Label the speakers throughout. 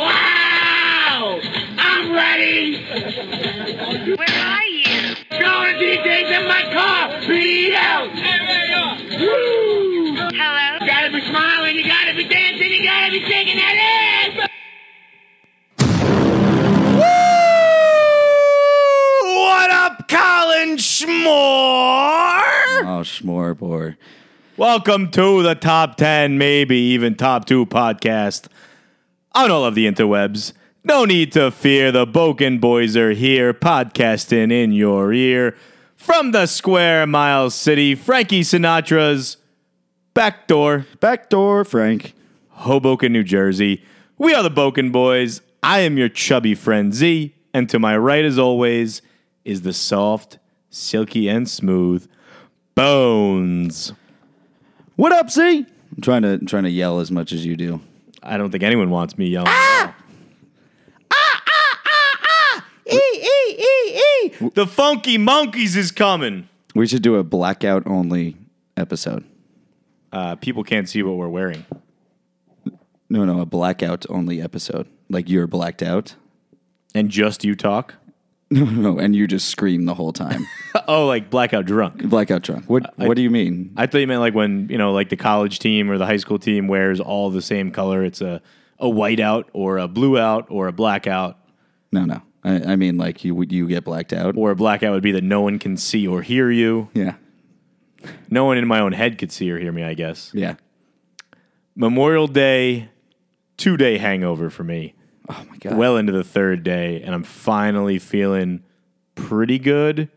Speaker 1: Wow! I'm ready!
Speaker 2: Where are you?
Speaker 1: Going to the days in my car! Beat out! Woo!
Speaker 2: Hello?
Speaker 1: You gotta be smiling, you gotta be dancing, you gotta be shaking that ass!
Speaker 3: What up, Colin Schmore?
Speaker 4: Oh, Schmorbor.
Speaker 3: Welcome to the top 10, maybe even top 2 podcast on all of the interwebs. No need to fear, the Boken boys are here, podcasting in your ear. From the square mile city, Frankie Sinatra's back door,
Speaker 4: Backdoor Frank.
Speaker 3: Hoboken, New Jersey. We are the Boken boys. I am your chubby friend Z, and to my right, as always, is the soft, silky, and smooth Bones.
Speaker 4: What up, Z? I'm trying to I'm trying to yell as much as you do.
Speaker 3: I don't think anyone wants me yelling.
Speaker 4: E e e e.
Speaker 3: The Funky Monkeys is coming.
Speaker 4: We should do a blackout only episode.
Speaker 3: Uh, people can't see what we're wearing.
Speaker 4: No, no, a blackout only episode. Like you're blacked out.
Speaker 3: And just you talk?
Speaker 4: No, and you just scream the whole time.
Speaker 3: Oh, like blackout drunk.
Speaker 4: blackout drunk. What What do you mean?
Speaker 3: I thought you meant like when, you know, like the college team or the high school team wears all the same color. It's a, a whiteout or a blue out or a blackout.
Speaker 4: No, no. I, I mean like you you get blacked out.
Speaker 3: Or a blackout would be that no one can see or hear you.
Speaker 4: Yeah,
Speaker 3: No one in my own head could see or hear me, I guess.
Speaker 4: yeah.
Speaker 3: Memorial Day, two day hangover for me.
Speaker 4: Oh my god.
Speaker 3: well into the third day, and I'm finally feeling pretty good,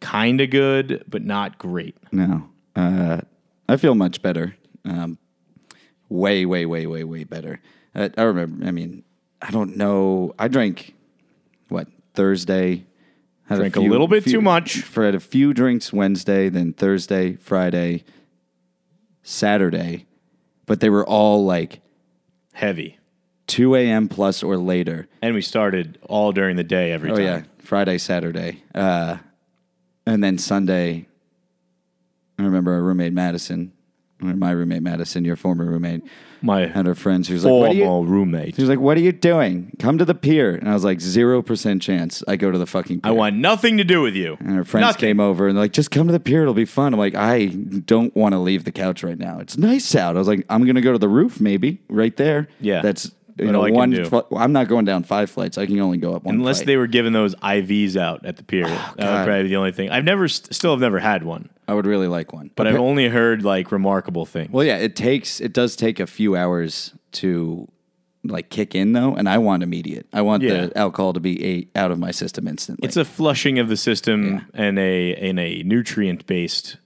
Speaker 3: kind of good, but not great.
Speaker 4: No. Uh, I feel much better. Um, way, way, way, way, way better. I, I remember, I mean, I don't know. I drank, what, Thursday? Had
Speaker 3: Drank a little bit too much.
Speaker 4: For had a few drinks Wednesday, then Thursday, Friday, Saturday. But they were all like
Speaker 3: Heavy.
Speaker 4: 2 a.m. plus or later.
Speaker 3: And we started all during the day every
Speaker 4: Oh,
Speaker 3: time.
Speaker 4: yeah. Friday, Saturday. Uh, and then Sunday, I remember our roommate Madison, or my roommate Madison, your former roommate,
Speaker 3: My
Speaker 4: and her friends. She was like,
Speaker 3: formal
Speaker 4: what are you?
Speaker 3: roommate.
Speaker 4: She was like, "What are you doing? Come to the pier." And I was like, zero percent chance I go to the fucking pier."
Speaker 3: I want nothing to do with you.
Speaker 4: And her friends
Speaker 3: Nothing.
Speaker 4: came over and they're like, "Just come to the pier. It'll be fun." I'm like, "I don't want to leave the couch right now. It's nice out." I was like, "I'm gonna go to the roof, maybe right there."
Speaker 3: Yeah.
Speaker 4: that's you
Speaker 3: What
Speaker 4: know
Speaker 3: all I can
Speaker 4: one.
Speaker 3: do.
Speaker 4: fl- I'm not going down five flights. I can only go up one.
Speaker 3: Unless
Speaker 4: flight.
Speaker 3: they were giving those IVs out at the pier. that would
Speaker 4: Oh, God.
Speaker 3: probably be the only thing. I've never, st- still have never had one,
Speaker 4: I would really like one.
Speaker 3: but I've only heard like remarkable things.
Speaker 4: Well, yeah, it takes it does take a few hours to like kick in though, and I want immediate. I want
Speaker 3: Yeah.
Speaker 4: the alcohol to be a, out of my system instantly.
Speaker 3: It's a flushing of the system and a and a nutrient based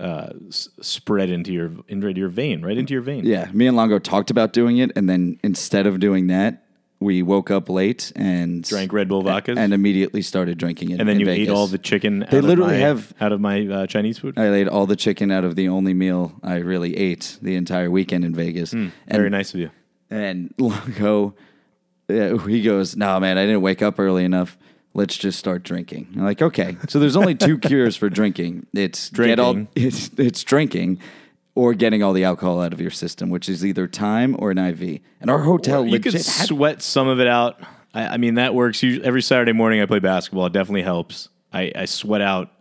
Speaker 3: uh, s- spread into your into your vein, right into your vein.
Speaker 4: yeah. Me and Longo talked about doing it, and then instead of doing that, we woke up late and
Speaker 3: Drank Red Bull vodkas,
Speaker 4: and immediately started drinking it.
Speaker 3: and then
Speaker 4: in
Speaker 3: you
Speaker 4: Vegas.
Speaker 3: ate all the chicken.
Speaker 4: They
Speaker 3: out
Speaker 4: literally
Speaker 3: of my,
Speaker 4: have-
Speaker 3: out of my uh, Chinese food.
Speaker 4: I ate all the chicken out of the only meal I really ate the entire weekend in Vegas. and
Speaker 3: Hmm, Very nice of you.
Speaker 4: And Longo, uh, he goes, "No, man, I didn't wake up early enough. Let's just start drinking." I'm like, "Okay." So there's only two cures for drinking. It's get all
Speaker 3: Drinking.
Speaker 4: it's it's drinking or getting all the alcohol out of your system, which is either time or an IV. And our hotel
Speaker 3: you
Speaker 4: legit
Speaker 3: could
Speaker 4: had-
Speaker 3: sweat some of it out. I, I mean, that works. Usu- every Saturday morning, I play basketball. It definitely helps. I, I sweat out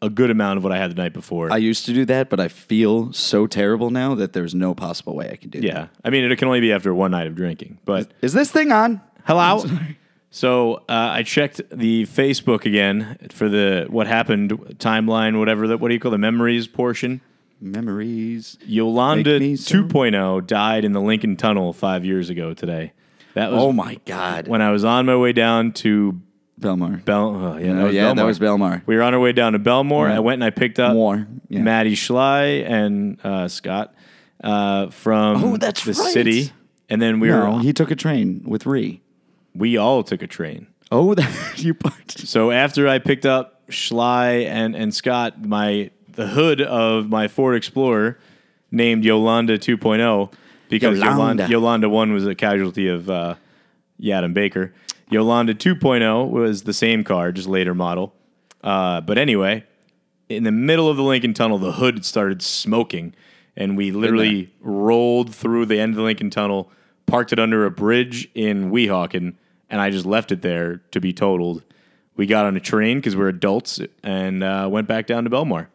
Speaker 3: a good amount of what I had the night before.
Speaker 4: I used to do that, but I feel so terrible now that there's no possible way I can do
Speaker 3: yeah, I mean, it can only be after one night of drinking, but.
Speaker 4: that. Is this thing on?
Speaker 3: Hello. So uh, I checked the Facebook again for the what happened timeline, whatever that. What do you call the memories portion?
Speaker 4: Memories.
Speaker 3: Yolanda
Speaker 4: Make me so-
Speaker 3: 2.0 died in the Lincoln Tunnel five years ago today. That was
Speaker 4: Oh my god.
Speaker 3: when I was on my way down to
Speaker 4: Belmar.
Speaker 3: Bel. Oh, yeah, that
Speaker 4: Oh,
Speaker 3: was
Speaker 4: yeah, that
Speaker 3: Belmar. Uh,
Speaker 4: was Belmar.
Speaker 3: We were on our way down to Belmore. I went and I picked up
Speaker 4: More, yeah.
Speaker 3: Maddie Schley and uh, Scott uh, from
Speaker 4: Oh, that's
Speaker 3: the
Speaker 4: right.
Speaker 3: city, and then we
Speaker 4: No,
Speaker 3: were
Speaker 4: he took a train with Ree.
Speaker 3: we all took a train.
Speaker 4: Oh, that you parked.
Speaker 3: So after I picked up Schley and, and Scott, my the hood of my Ford Explorer named Yolanda 2.0 because Yolanda.
Speaker 4: Yolanda.
Speaker 3: Yolanda, 1 was a casualty of uh, Yadam Baker. Yolanda 2.0 was the same car, just later model. Uh, but anyway, in the middle of the Lincoln Tunnel, the hood started smoking, and we literally rolled through the end of the Lincoln Tunnel, parked it under a bridge in Weehawken, and I just left it there to be totaled. We got on a train because we're adults and uh, went back down to Belmar,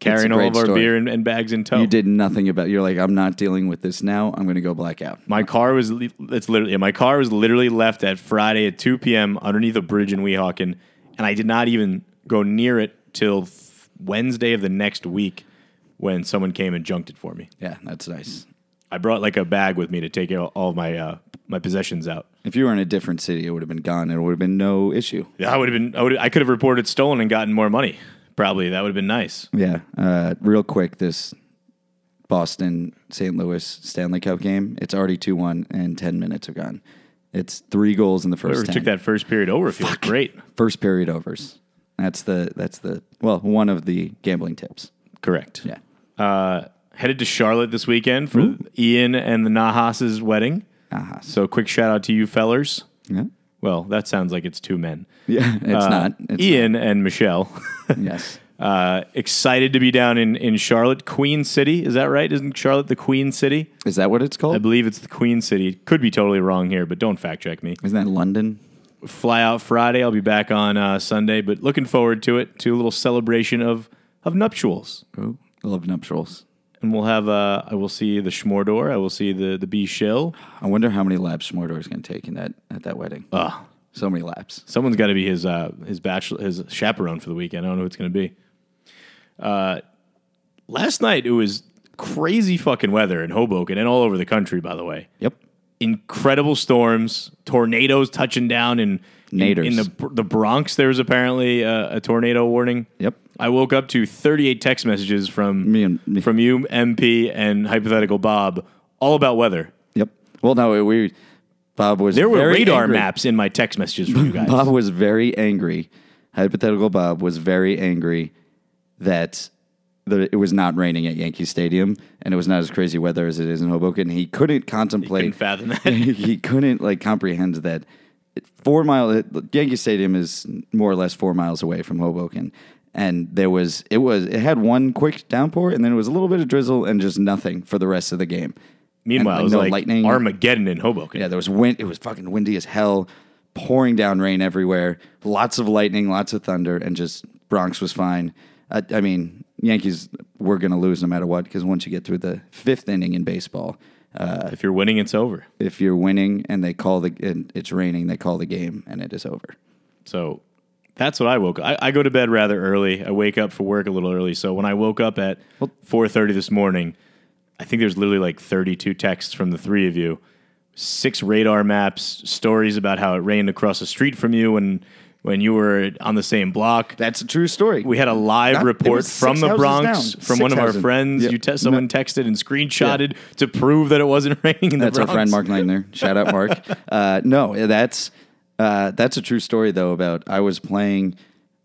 Speaker 3: carrying all
Speaker 4: great
Speaker 3: of our
Speaker 4: story.
Speaker 3: beer and, and bags in tow.
Speaker 4: You did nothing about. You're like, I'm not dealing with this now. I'm going to go blackout.
Speaker 3: My car was li- it's literally yeah, my car was literally left at Friday at 2 p.m. underneath a bridge in Weehawken, and I did not even go near it till th- Wednesday of the next week when someone came and junked it for me.
Speaker 4: Yeah, that's nice.
Speaker 3: I brought like a bag with me to take all, all my uh, my possessions out.
Speaker 4: If you were in a different city, it would have been gone. It would have been no issue.
Speaker 3: Yeah, I would have been I, would I could have reported stolen and gotten more money. Probably that would have been nice.
Speaker 4: Yeah. Uh, real quick, this Boston St. Louis Stanley Cup game. It's already two one, and ten minutes have gone. It's three goals in the
Speaker 3: Whoever
Speaker 4: first. 10.
Speaker 3: took that first period over feels great.
Speaker 4: first period overs. That's the that's the well one of the gambling tips.
Speaker 3: Correct.
Speaker 4: Yeah.
Speaker 3: Uh, headed to Charlotte this weekend for Ian and the Nahas's wedding.
Speaker 4: Uh-huh.
Speaker 3: So quick shout out to you fellers.
Speaker 4: Yeah.
Speaker 3: Well, that sounds like it's two men.
Speaker 4: Yeah. It's
Speaker 3: Uh,
Speaker 4: not. It's
Speaker 3: Ian and Michelle.
Speaker 4: Yes.
Speaker 3: uh, excited to be down in, in Charlotte, Queen City. Is that right? Isn't Charlotte the Queen City?
Speaker 4: Is that what it's
Speaker 3: I
Speaker 4: called?
Speaker 3: believe it's the Queen City. Could be totally wrong here, but don't fact check me.
Speaker 4: Isn't that London?
Speaker 3: Fly out Friday. I'll be back on uh, Sunday, but looking forward to it, to a little celebration of, of nuptials.
Speaker 4: Oh, love nuptials.
Speaker 3: And we'll have, uh, I will see the Schmordor. I will see the, the Bee Shill.
Speaker 4: I wonder how many laps Mordor is going to take in that at that wedding.
Speaker 3: Ugh.
Speaker 4: so many laps.
Speaker 3: Someone's got to be his uh, his bachelor his chaperone for the weekend. I don't know who it's going to be. Uh, last night it was crazy fucking weather in Hoboken and all over the country. By the way,
Speaker 4: Yep.
Speaker 3: incredible storms, tornadoes touching down in in-
Speaker 4: Naders.
Speaker 3: in, the the Bronx. There was apparently uh, a, a tornado warning.
Speaker 4: Yep.
Speaker 3: I woke up to 38 text messages from
Speaker 4: Me and- me.
Speaker 3: from you, MP, and hypothetical Bob, all about weather.
Speaker 4: Yep. Well, no, we Bob was
Speaker 3: There were
Speaker 4: very
Speaker 3: radar
Speaker 4: angry.
Speaker 3: maps in my text messages from you guys.
Speaker 4: Bob was very angry. Hypothetical Bob was very angry that the, it was not raining at Yankee Stadium and it was not as crazy weather as it is in Hoboken. He couldn't contemplate.
Speaker 3: Couldn't fathom that.
Speaker 4: he couldn't like comprehend that four mile Yankee Stadium is more or less four miles away from Hoboken, and there was it was it had one quick downpour and then it was a little bit of drizzle and just nothing for the rest of the game.
Speaker 3: Meanwhile,
Speaker 4: And,
Speaker 3: it was
Speaker 4: no
Speaker 3: like
Speaker 4: lightning.
Speaker 3: Armageddon in Hoboken.
Speaker 4: Yeah, there was wind. It was fucking windy as hell, pouring down rain everywhere. Lots of lightning, lots of thunder, and just Bronx was fine. I, I mean, Yankees were going to lose no matter what because once you get through the fifth inning in baseball, uh,
Speaker 3: If you're winning, it's over.
Speaker 4: if you're winning and they call the and it's raining, they call the game and it is over.
Speaker 3: So that's what I woke up. I, I go to bed rather early. I wake up for work a little early. So when I woke up at 4:30 this morning, I think there's literally like 32 texts from the three of you, six radar maps, stories about how it rained across the street from you when when you were on the same block.
Speaker 4: That's a true story.
Speaker 3: We had a live
Speaker 4: Not- it
Speaker 3: report
Speaker 4: was
Speaker 3: from
Speaker 4: six
Speaker 3: the
Speaker 4: houses
Speaker 3: Bronx
Speaker 4: down.
Speaker 3: from
Speaker 4: Six
Speaker 3: one of
Speaker 4: houses.
Speaker 3: our friends.
Speaker 4: Yeah.
Speaker 3: You te- someone texted and screenshotted to prove that it wasn't raining in
Speaker 4: That's
Speaker 3: the
Speaker 4: our
Speaker 3: Bronx.
Speaker 4: friend Mark Langner. Shout out Mark. uh, no, that's uh, that's a true story though. About I was playing.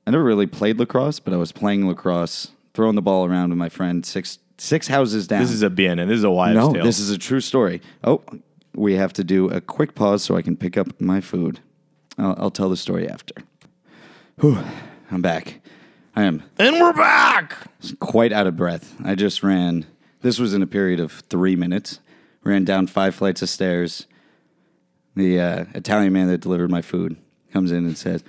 Speaker 4: I never really played lacrosse, but I was playing lacrosse, throwing the ball around with my friend six six houses down.
Speaker 3: This is a BNN. This is a wild
Speaker 4: no,
Speaker 3: tale.
Speaker 4: this is a true story. Oh, we have to do a quick pause so I can pick up my food. I'll, I'll tell the story after. Whew, I'm back. I am
Speaker 3: and we're back.
Speaker 4: quite out of breath. I just ran. This was in a period of three minutes. Ran down five flights of stairs. The uh, Italian man that delivered my food comes in and says,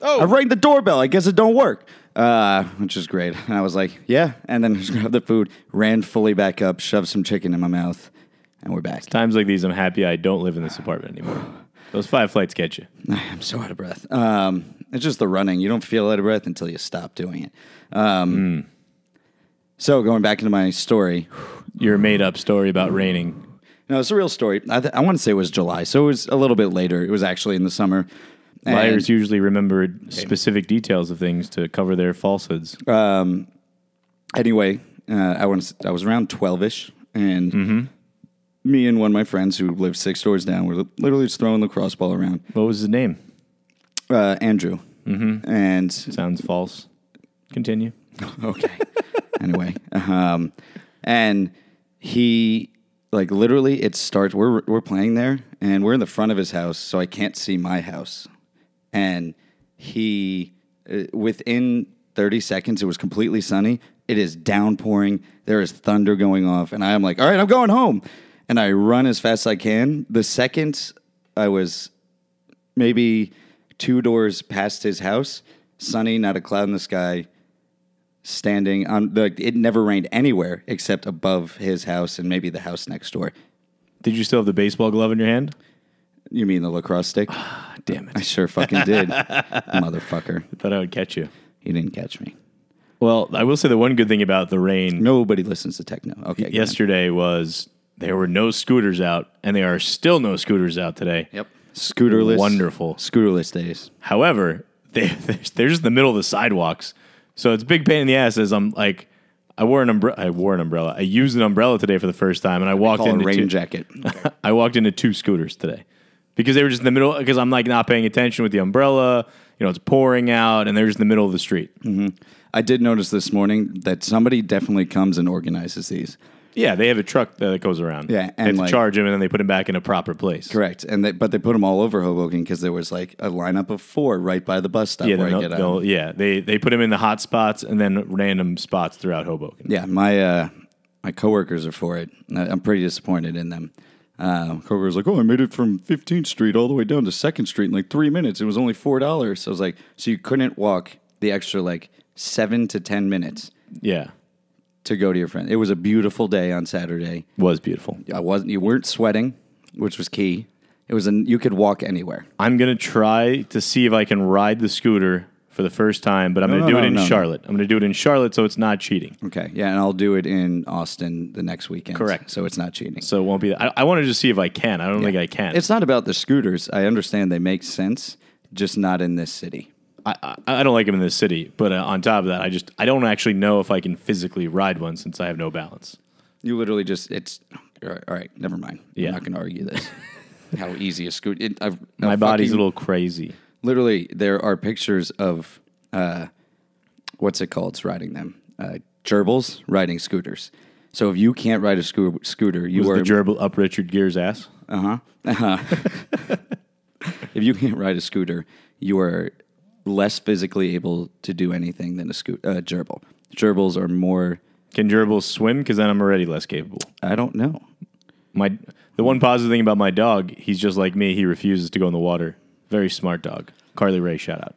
Speaker 4: "Oh, I rang the doorbell. I guess it don't work," uh, which is great. And I was like, "Yeah." And then just grabbed the food, ran fully back up, shoved some chicken in my mouth, and we're back.
Speaker 3: Times like these, I'm happy I don't live in this apartment anymore. Those five flights get you.
Speaker 4: I'm so out of breath. Um, it's just the running. You don't feel out of breath until you stop doing it. Um, So going back into my story,
Speaker 3: Your made up story about raining.
Speaker 4: No, it's a real story. I, th- I want to say it was July, so it was a little bit later. It was actually in the summer. And,
Speaker 3: Liars usually remember specific details of things to cover their falsehoods.
Speaker 4: Anyway, uh, I was I was around twelve ish, and me and one of my friends who lived six doors down were li- literally just throwing the cross ball around.
Speaker 3: what was his name?
Speaker 4: Uh, Andrew, mm-hmm. and
Speaker 3: Sounds false. Continue.
Speaker 4: okay. anyway, um, and he like literally it starts. We're we're playing there, and we're in the front of his house, so I can't see my house. And he uh, within thirty seconds, it was completely sunny. It is downpouring. There is thunder going off, and I am like, all right, I'm going home. and I run as fast as I can. The second I was maybe two doors past his house, sunny, not a cloud in the sky, standing on like it never rained anywhere except above his house and maybe the house next door.
Speaker 3: Did you still have the baseball glove in your hand?
Speaker 4: You mean the lacrosse stick?
Speaker 3: Damn it.
Speaker 4: I sure fucking did, motherfucker.
Speaker 3: I thought I would catch you.
Speaker 4: You didn't catch me.
Speaker 3: Well, I will say the one good thing about the rain
Speaker 4: Nobody listens to techno. Okay. go on.
Speaker 3: yesterday was there were no scooters out, and there are still no scooters out today.
Speaker 4: Yep. Scooterless.
Speaker 3: Wonderful.
Speaker 4: Scooterless days.
Speaker 3: However, they, they're just in the middle of the sidewalks, so it's a big pain in the ass. As I'm like, I wore an umbrella. I wore an umbrella. I used an umbrella today for the first time, and I walked
Speaker 4: Call a
Speaker 3: into
Speaker 4: rain
Speaker 3: two-
Speaker 4: jacket.
Speaker 3: I walked into two scooters today because they were just in the middle. Because I'm like not paying attention with the umbrella. You know, it's pouring out, and they're just in the middle of the street.
Speaker 4: I did notice this morning that somebody definitely comes and organizes these.
Speaker 3: Yeah, they have a truck that goes around.
Speaker 4: Yeah,
Speaker 3: and they have
Speaker 4: and,
Speaker 3: to
Speaker 4: like-
Speaker 3: charge them, and then they put them back in a proper place.
Speaker 4: Correct. And they, but they put them all over Hoboken because there was like a lineup of four right by the bus stop
Speaker 3: Yeah,
Speaker 4: where
Speaker 3: they'll-
Speaker 4: I get out.
Speaker 3: they'll- yeah, they they put them in the hot spots and then random spots throughout Hoboken.
Speaker 4: Yeah, my uh, my coworkers are for it. I- I'm pretty disappointed in them. Uh, coworkers like, oh, I made it from 15th Street all the way down to Second Street in like three minutes. It was only four dollars. So I was like, so you couldn't walk the extra like seven to ten minutes
Speaker 3: Yeah,
Speaker 4: to go to your friend. It was a beautiful day on Saturday.
Speaker 3: was beautiful.
Speaker 4: I wasn't. You weren't sweating, which was key. It was an. You could walk anywhere.
Speaker 3: I'm gonna try to see if I can ride the scooter for the first time, but I'm gonna
Speaker 4: no,
Speaker 3: do it
Speaker 4: no,
Speaker 3: in
Speaker 4: no, no.
Speaker 3: Charlotte. I'm gonna do it in Charlotte, so it's not cheating.
Speaker 4: Okay. Yeah, and I'll do it in Austin the next weekend.
Speaker 3: Correct.
Speaker 4: So it's not cheating.
Speaker 3: So it won't be. I, I want to just see if I can. I don't think I can.
Speaker 4: It's not about the scooters. I understand they make sense, just not in this city.
Speaker 3: I, I, I don't like them in this city, but uh, on top of that, I just I don't actually know if I can physically ride one since I have no balance.
Speaker 4: You literally just it's all right. All right never mind.
Speaker 3: Yeah.
Speaker 4: I'm not going to argue this. How easy a scooter? It, I've,
Speaker 3: My
Speaker 4: I've
Speaker 3: body's a
Speaker 4: fucking-
Speaker 3: little crazy.
Speaker 4: Literally, there are pictures of uh, what's it called? It's riding them. Uh, gerbils riding scooters. So if you can't ride a scoo- scooter, you
Speaker 3: Was
Speaker 4: are uh-huh.
Speaker 3: the gerbil up Richard Gere's ass?
Speaker 4: if you can't ride a scooter, you are less physically able to do anything than a scoot uh, gerbil. Gerbils are more.
Speaker 3: Can gerbils swim? Because then I'm already less capable.
Speaker 4: I don't know.
Speaker 3: My the one positive thing about my dog, he's just like me. He refuses to go in the water. Very smart dog. Carly Ray, shout out.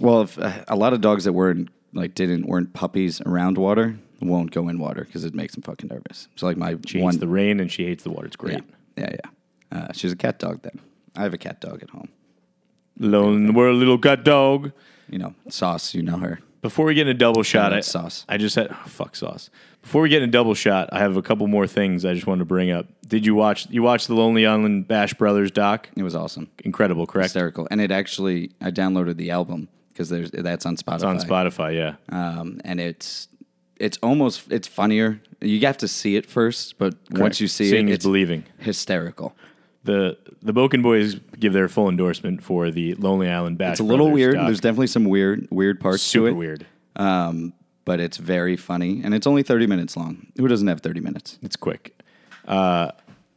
Speaker 4: Well, if, uh, a lot of dogs that weren't like didn't weren't puppies around water won't go in water because it makes them fucking nervous. So like my
Speaker 3: She
Speaker 4: one,
Speaker 3: hates the rain and she hates the water. It's
Speaker 4: yeah,
Speaker 3: great.
Speaker 4: yeah, yeah. Uh, she's a cat dog. Then I have a cat dog at home.
Speaker 3: Lone, we're a little gut dog.
Speaker 4: You know, sauce. You know her.
Speaker 3: Before we get in a double shot,
Speaker 4: that
Speaker 3: I,
Speaker 4: sauce.
Speaker 3: I just had oh, fuck sauce. Before we get in a double shot, I have a couple more things I just wanted to bring up. Did you watch you watched the Lonely Island Bash Brothers doc?
Speaker 4: It was awesome,
Speaker 3: Incredible, correct?
Speaker 4: hysterical, and it actually I downloaded the album because there's that's on Spotify.
Speaker 3: It's on Spotify, yeah.
Speaker 4: um, and it's it's almost it's funnier. You have to see it first, but once you see
Speaker 3: Seeing
Speaker 4: it,
Speaker 3: is
Speaker 4: it's
Speaker 3: believing.
Speaker 4: hysterical.
Speaker 3: The the Boken Boys give their full endorsement for the Lonely Island Bash.
Speaker 4: It's a little
Speaker 3: Brothers
Speaker 4: weird.
Speaker 3: doc.
Speaker 4: There's definitely some weird weird parts
Speaker 3: super
Speaker 4: to it,
Speaker 3: weird.
Speaker 4: um, but it's very funny, and it's only 30 minutes long. Who doesn't have 30 minutes?
Speaker 3: It's quick. Uh,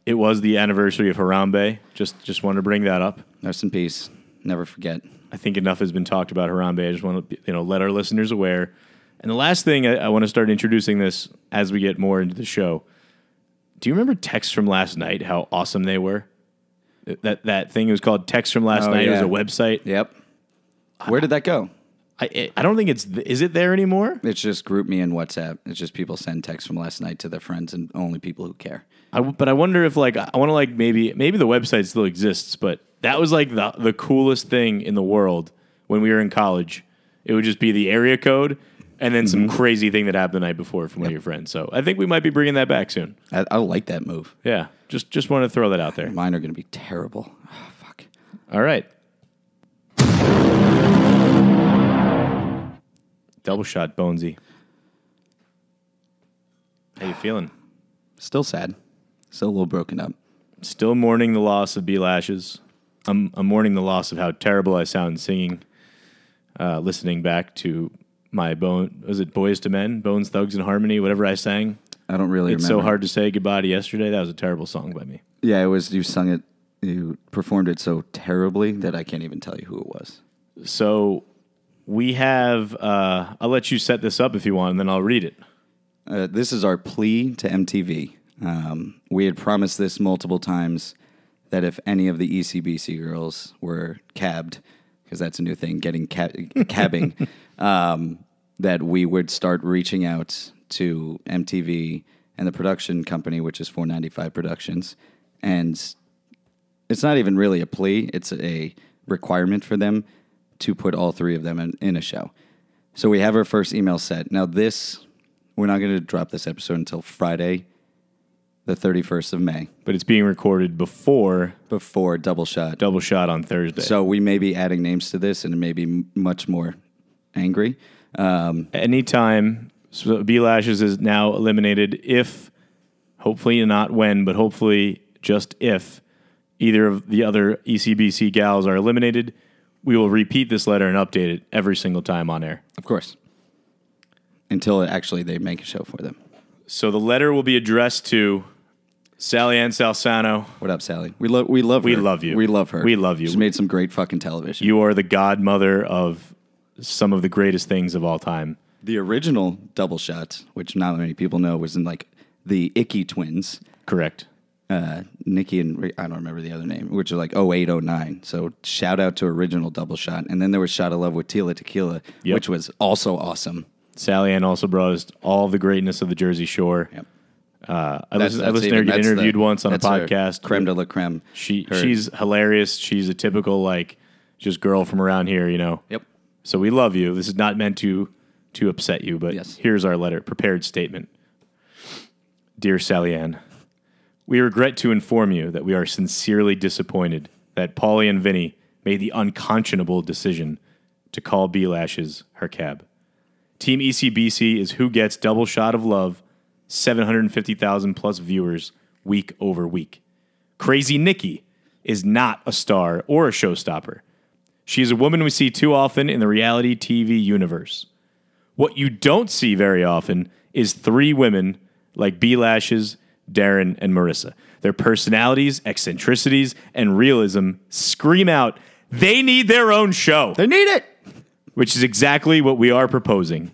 Speaker 3: it was the anniversary of Harambe. Just just wanted to bring that up.
Speaker 4: Rest in peace. Never forget.
Speaker 3: I think enough has been talked about Harambe. I just want to you know let our listeners aware. And the last thing I, I want to start introducing this as we get more into the show. Do you remember texts from last night? How awesome they were. That that thing was called Text from Last
Speaker 4: Oh,
Speaker 3: Night.
Speaker 4: yeah.
Speaker 3: It was a website.
Speaker 4: Yep. Where did that go?
Speaker 3: I I- I don't think it's th- is it there anymore.
Speaker 4: It's just group me in WhatsApp. It's just people send texts from last night to their friends and only people who care.
Speaker 3: I w but I wonder if like I want to like maybe maybe the website still exists, but that was like the the coolest thing in the world when we were in college. It would just be the area code and then some crazy thing that happened the night before from one of your friends. So I think we might be bringing that back soon.
Speaker 4: I, I like that move.
Speaker 3: Yeah, just just want to throw that out there.
Speaker 4: Mine are going to be terrible. Oh, fuck.
Speaker 3: All right. Double shot, Bonesy. How you feeling?
Speaker 4: Still sad. Still a little broken up.
Speaker 3: Still mourning the loss of B Lashes. I'm, I'm mourning the loss of how terrible I sound singing. Uh, listening back to my bone, was it Boys to Men, Bones, Thugs, and Harmony, whatever I sang.
Speaker 4: I don't really
Speaker 3: It's
Speaker 4: remember.
Speaker 3: so hard to say goodbye to yesterday. That was a terrible song by me.
Speaker 4: Yeah, it was. You sung it. You performed it so terribly that I can't even tell you who it was.
Speaker 3: So we have. Uh, I'll let you set this up if you want, and then I'll read it.
Speaker 4: Uh, this is our plea to MTV. Um, we had promised this multiple times that if any of the E ECBC girls were cabbed, because that's a new thing, getting cab- cabbing, um, that we would start reaching out to MTV and the production company, which is 495 Productions, and it's not even really a plea, it's a requirement for them to put all three of them in, in a show. So we have our first email set. Now, this, we're not going to drop this episode until Friday, the 31st of May,
Speaker 3: But it's being recorded before
Speaker 4: before Double Shot.
Speaker 3: Double Shot on Thursday.
Speaker 4: So we may be adding names to this and it may be m- much more angry. Um,
Speaker 3: anytime so B Lashes is now eliminated, if hopefully not when, but hopefully just if either of the other E ECBC gals are eliminated, we will repeat this letter and update it every single time on air.
Speaker 4: of course. Until actually they make a show for them.
Speaker 3: So the letter will be addressed to Sally Ann Salsano.
Speaker 4: What up, Sally? We love we love
Speaker 3: We
Speaker 4: her.
Speaker 3: love you.
Speaker 4: We love her.
Speaker 3: We love you.
Speaker 4: She's made some great fucking television.
Speaker 3: You are the godmother of some of the greatest things of all time.
Speaker 4: the original double shot, which not many people know, was in like the Icky twins.
Speaker 3: Correct.
Speaker 4: uh, Nikki and Ri- I don't remember the other name, which are like 0809. So shout out to original double shot. And then there was Shot of Love with Tila Tequila,
Speaker 3: Yep.
Speaker 4: which was also awesome.
Speaker 3: Sally Ann also brought us all the greatness of the Jersey Shore.
Speaker 4: Yep.
Speaker 3: Uh, I
Speaker 4: That's-
Speaker 3: listened, I listened
Speaker 4: that's
Speaker 3: to her
Speaker 4: even-
Speaker 3: get
Speaker 4: that's the-
Speaker 3: interviewed once on a
Speaker 4: that's her
Speaker 3: podcast.
Speaker 4: Creme de la creme.
Speaker 3: She
Speaker 4: Her-
Speaker 3: she's hilarious. She's a typical like just girl from around here, you know.
Speaker 4: Yep.
Speaker 3: So we love you. This is not meant to to upset you, but
Speaker 4: Yes.
Speaker 3: here's our letter, prepared statement. Dear Sally Ann, we regret to inform you that we are sincerely disappointed that Polly and Vinny made the unconscionable decision to call B Lashes her cab. Team E ECBC is who gets double shot of love, 750,000 plus viewers week over week. Crazy Nikki is not a star or a showstopper. She is a woman we see too often in the reality TV universe. What you don't see very often is three women like B Lashes, Darren, and Marissa. Their personalities, eccentricities, and realism scream out they need their own show
Speaker 4: They need it.
Speaker 3: which is exactly what we are proposing.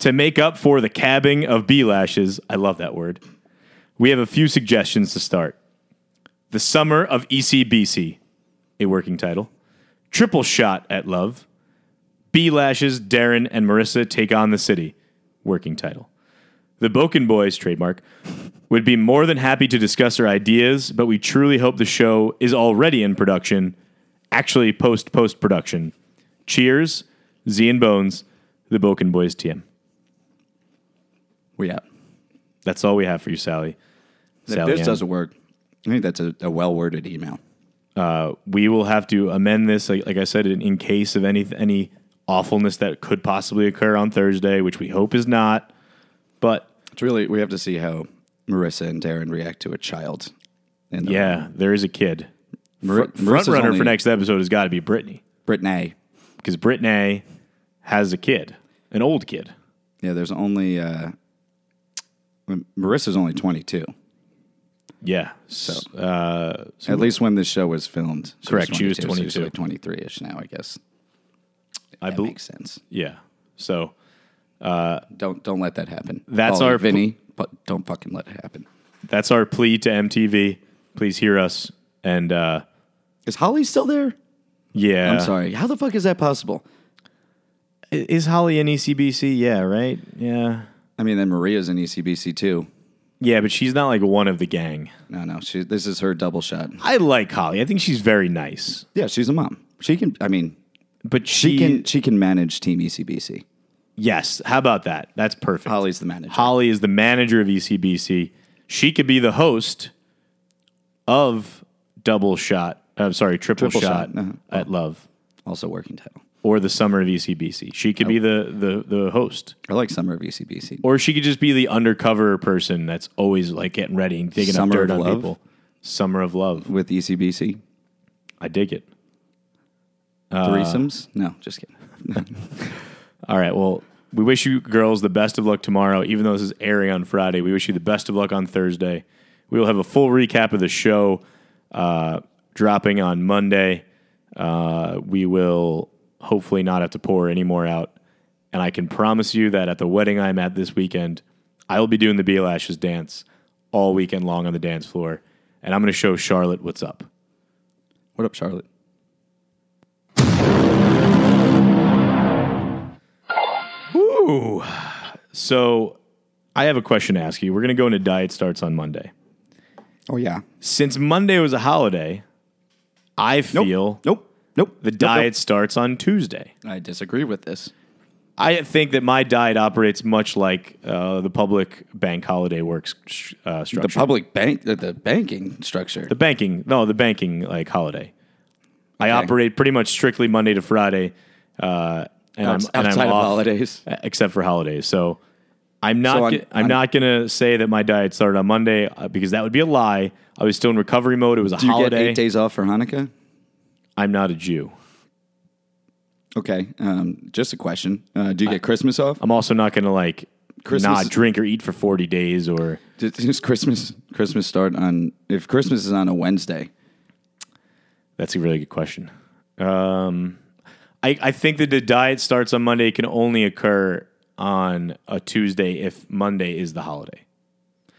Speaker 3: To make up for the cabbing of bee lashes, I love that word, we have a few suggestions to start. The Summer of E ECBC, a working title. Triple Shot at Love. Bee Lashes, Darren, and Marissa Take on the City, working title. The Boken Boys, trademark, would be more than happy to discuss our ideas, but we truly hope the show is already in production, actually post post production. Cheers, Z and Bones, the Boken Boys TM.
Speaker 4: We out.
Speaker 3: That's all we have for you, Sally.
Speaker 4: If
Speaker 3: Sally
Speaker 4: this
Speaker 3: Ann.
Speaker 4: doesn't work, I think that's a, a well worded email.
Speaker 3: we will have to amend this, like, like I said, in, in case of any any awfulness that could possibly occur on Thursday, which we hope is not. But
Speaker 4: It's really, we have to see how Marissa and Darren react to a child. In the
Speaker 3: yeah, there is a kid.
Speaker 4: Mar-
Speaker 3: Fr- front
Speaker 4: Marissa's
Speaker 3: runner
Speaker 4: only-
Speaker 3: for next episode has got to be Brittany
Speaker 4: Brittany.
Speaker 3: because Brittany has a kid, an old kid.
Speaker 4: Yeah, there's only, uh, Marissa's only 22.
Speaker 3: Yeah. So, uh, so
Speaker 4: At least when this show was filmed. She
Speaker 3: Correct, she was
Speaker 4: She's
Speaker 3: 22.
Speaker 4: like 23 ish now, I guess.
Speaker 3: I
Speaker 4: That
Speaker 3: believe.
Speaker 4: makes sense.
Speaker 3: Yeah. So
Speaker 4: Don't don't let that happen.
Speaker 3: That's
Speaker 4: Follow
Speaker 3: our-
Speaker 4: Vinny, but don't fucking let it happen.
Speaker 3: that's our plea to MTV. Please hear us. And uh,
Speaker 4: Is Holly still there?
Speaker 3: yeah,
Speaker 4: I'm sorry. How the fuck is that possible?
Speaker 3: I- Is Holly in E ECBC? Yeah. Right. Yeah.
Speaker 4: I mean, then Maria's in E ECBC too.
Speaker 3: Yeah, but she's not like one of the gang.
Speaker 4: No, no, she. This is her double shot.
Speaker 3: I like Holly. I think she's very nice,
Speaker 4: Yeah, she's a mom. She can. I mean,
Speaker 3: but she,
Speaker 4: she can. She can manage Team E ECBC.
Speaker 3: Yes, how about that? That's perfect.
Speaker 4: Holly's the manager.
Speaker 3: Holly is the manager of E ECBC. She could be the host of Double Shot. I'm sorry, Triple,
Speaker 4: Triple
Speaker 3: Shot,
Speaker 4: Shot, uh-huh.
Speaker 3: at Love
Speaker 4: also working title.
Speaker 3: or the Summer of E ECBC. She could be the the the host,
Speaker 4: I like summer of E ECBC.
Speaker 3: or she could just be the undercover person that's always like getting ready and digging
Speaker 4: Summer
Speaker 3: up dirt
Speaker 4: of
Speaker 3: on
Speaker 4: Love?
Speaker 3: people. Summer of Love.
Speaker 4: with E ECBC
Speaker 3: I dig it. Uh,
Speaker 4: threesomes. No, just kidding.
Speaker 3: All right. Well, we wish you girls the best of luck tomorrow, even though this is airing on Friday. We wish you the best of luck on Thursday. We will have a full recap of the show uh, dropping on Monday. Uh, we will hopefully not have to pour any more out. And I can promise you that at the wedding I'm at this weekend, I will be doing the B Lashes dance all weekend long on the dance floor, and I'm going to show Charlotte what's up.
Speaker 4: What up, Charlotte?
Speaker 3: Ooh. So I have a question to ask you. We're going to go into diet starts on Monday.
Speaker 4: Oh yeah.
Speaker 3: Since Monday was a holiday, I
Speaker 4: Nope.
Speaker 3: feel
Speaker 4: Nope. Nope.
Speaker 3: the
Speaker 4: Nope,
Speaker 3: diet starts on Tuesday.
Speaker 4: nope. I disagree with this.
Speaker 3: I think that my diet operates much like uh, the public bank holiday works sh- uh,
Speaker 4: The
Speaker 3: structure.
Speaker 4: public bank, the, the banking structure.
Speaker 3: the banking, no, the banking like holiday. I
Speaker 4: Okay.
Speaker 3: operate pretty much strictly Monday to Friday, uh, and
Speaker 4: Outs-
Speaker 3: I'm and
Speaker 4: outside
Speaker 3: I'm
Speaker 4: of
Speaker 3: off,
Speaker 4: holidays.
Speaker 3: uh, except for holidays. So I'm not
Speaker 4: So I'm-
Speaker 3: I'm, I'm
Speaker 4: I'm-
Speaker 3: not gonna say that my diet started on Monday uh, because that would be a lie. I was still in recovery mode. It was a
Speaker 4: Do you get
Speaker 3: holiday.
Speaker 4: eight days off for Hanukkah?
Speaker 3: I'm not a Jew.
Speaker 4: Okay. Um, just a question. Uh, do you get Christmas off?
Speaker 3: I'm also not gonna like
Speaker 4: Christmas-
Speaker 3: not drink or eat for 40 days or
Speaker 4: Does- Does Christmas Christmas start on if Christmas is on a Wednesday?
Speaker 3: That's a really good question. Um, I, I think that the diet starts on Monday can only occur on a Tuesday if Monday is the holiday.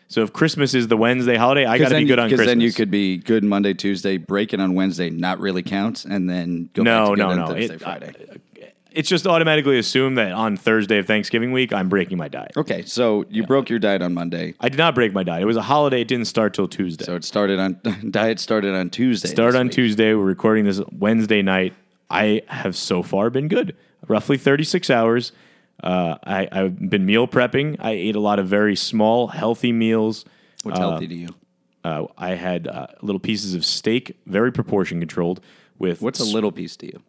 Speaker 3: So if Christmas is the Wednesday holiday, I got to be
Speaker 4: then you-
Speaker 3: good on Christmas.
Speaker 4: then you could be good Monday, Tuesday, break it on Wednesday, not really counts, and then go back
Speaker 3: no,
Speaker 4: to good
Speaker 3: no,
Speaker 4: on
Speaker 3: no.
Speaker 4: Thursday,
Speaker 3: It-
Speaker 4: Friday.
Speaker 3: It's just automatically assumed that on Thursday of Thanksgiving week, I'm breaking my diet.
Speaker 4: okay, so you broke your diet on Monday,
Speaker 3: I did not break my diet. It was a holiday. It didn't start till Tuesday.
Speaker 4: so it started on diet started on Tuesday.
Speaker 3: Start
Speaker 4: this
Speaker 3: on
Speaker 4: week.
Speaker 3: Tuesday. We're recording this Wednesday night. I have so far been good, roughly 36 hours. Uh, I, I've been meal prepping. I ate a lot of very small, healthy meals.
Speaker 4: What's healthy to you?
Speaker 3: Uh, I had uh, little pieces of steak, very proportion controlled. With
Speaker 4: What's a little piece to you?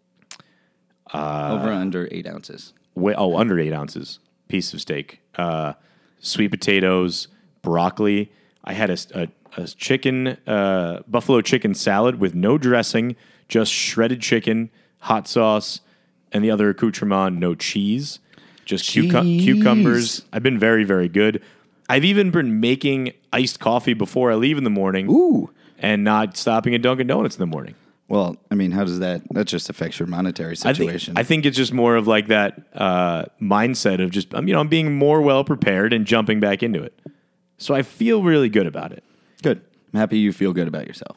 Speaker 4: Uh, Over under eight ounces.
Speaker 3: wa- oh under eight ounces piece of steak, uh, sweet potatoes, broccoli. I had a, s- a- a chicken uh, buffalo chicken salad with no dressing, just shredded chicken, hot sauce, and the other accoutrement. No cheese, just cucu-
Speaker 4: Jeez.
Speaker 3: cucumbers. I've been very very good. I've even been making iced coffee before I leave in the morning,
Speaker 4: Ooh.
Speaker 3: and not stopping at Dunkin' Donuts in the morning.
Speaker 4: Well, I mean, how does that? That just affects your monetary
Speaker 3: I think-
Speaker 4: situation.
Speaker 3: I think, it's just more of like that uh, mindset of just um, you know I'm being more well prepared and jumping back into it. So I feel really good about it.
Speaker 4: good. I'm happy you feel good about yourself.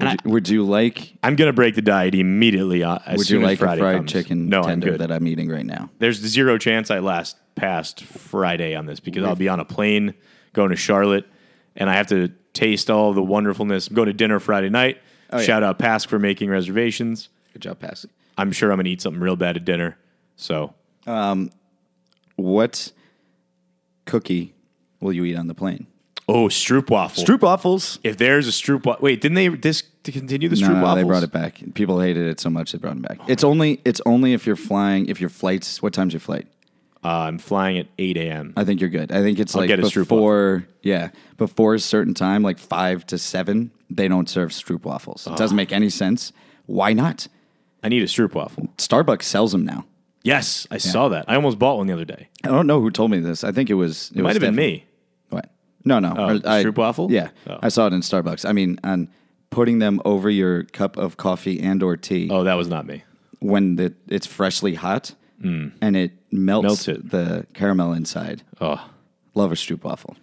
Speaker 4: Would,
Speaker 3: And
Speaker 4: you, would you like
Speaker 3: I'm gonna break the diet immediately. Uh, as
Speaker 4: Would
Speaker 3: soon
Speaker 4: you
Speaker 3: as
Speaker 4: like
Speaker 3: Friday
Speaker 4: a fried
Speaker 3: comes.
Speaker 4: chicken
Speaker 3: No, I'm
Speaker 4: tender
Speaker 3: good.
Speaker 4: that I'm eating right now?
Speaker 3: There's zero chance I last past Friday on this because I'll be on a plane going to Charlotte, and I have to taste all the wonderfulness. I'm going to dinner Friday night.
Speaker 4: Oh, yeah.
Speaker 3: Shout out Pask for making reservations.
Speaker 4: Good job, Patsy.
Speaker 3: I'm sure I'm gonna eat something real bad at dinner. So
Speaker 4: What cookie will you eat on the plane?
Speaker 3: oh, stroop waffle.
Speaker 4: Stroopwafels.
Speaker 3: If there's a Stroop, wa- wait, didn't they dis- to continue the
Speaker 4: No,
Speaker 3: Stroop
Speaker 4: no,
Speaker 3: waffles?
Speaker 4: they brought it back. People hated it so much they brought it back. it's only it's only if you're flying. If your flights, what time's your flight?
Speaker 3: Uh, I'm flying at 8 a.m.
Speaker 4: I think you're good. I think it's like
Speaker 3: get a Stroopwafel.
Speaker 4: before, yeah, before a certain time, like five to seven, they don't serve stroopwafels. It
Speaker 3: Ah.
Speaker 4: doesn't make any sense. Why not?
Speaker 3: I need a Stroop waffle.
Speaker 4: Starbucks sells them now.
Speaker 3: Yes, I saw that. I almost bought one the other day.
Speaker 4: I don't know who told me this. I think it was
Speaker 3: It
Speaker 4: it was
Speaker 3: might have been
Speaker 4: Stephanie.
Speaker 3: me.
Speaker 4: What? No, no.
Speaker 3: Oh,
Speaker 4: I- I-
Speaker 3: Stroopwafel?
Speaker 4: Yeah,
Speaker 3: Oh.
Speaker 4: I saw it in Starbucks. I mean, on putting them over your cup of coffee and or tea
Speaker 3: Oh, that was not me.
Speaker 4: when the, it's freshly hot and it melts,
Speaker 3: Mm. Melts it.
Speaker 4: the caramel inside.
Speaker 3: Oh,
Speaker 4: Love a stroopwafel.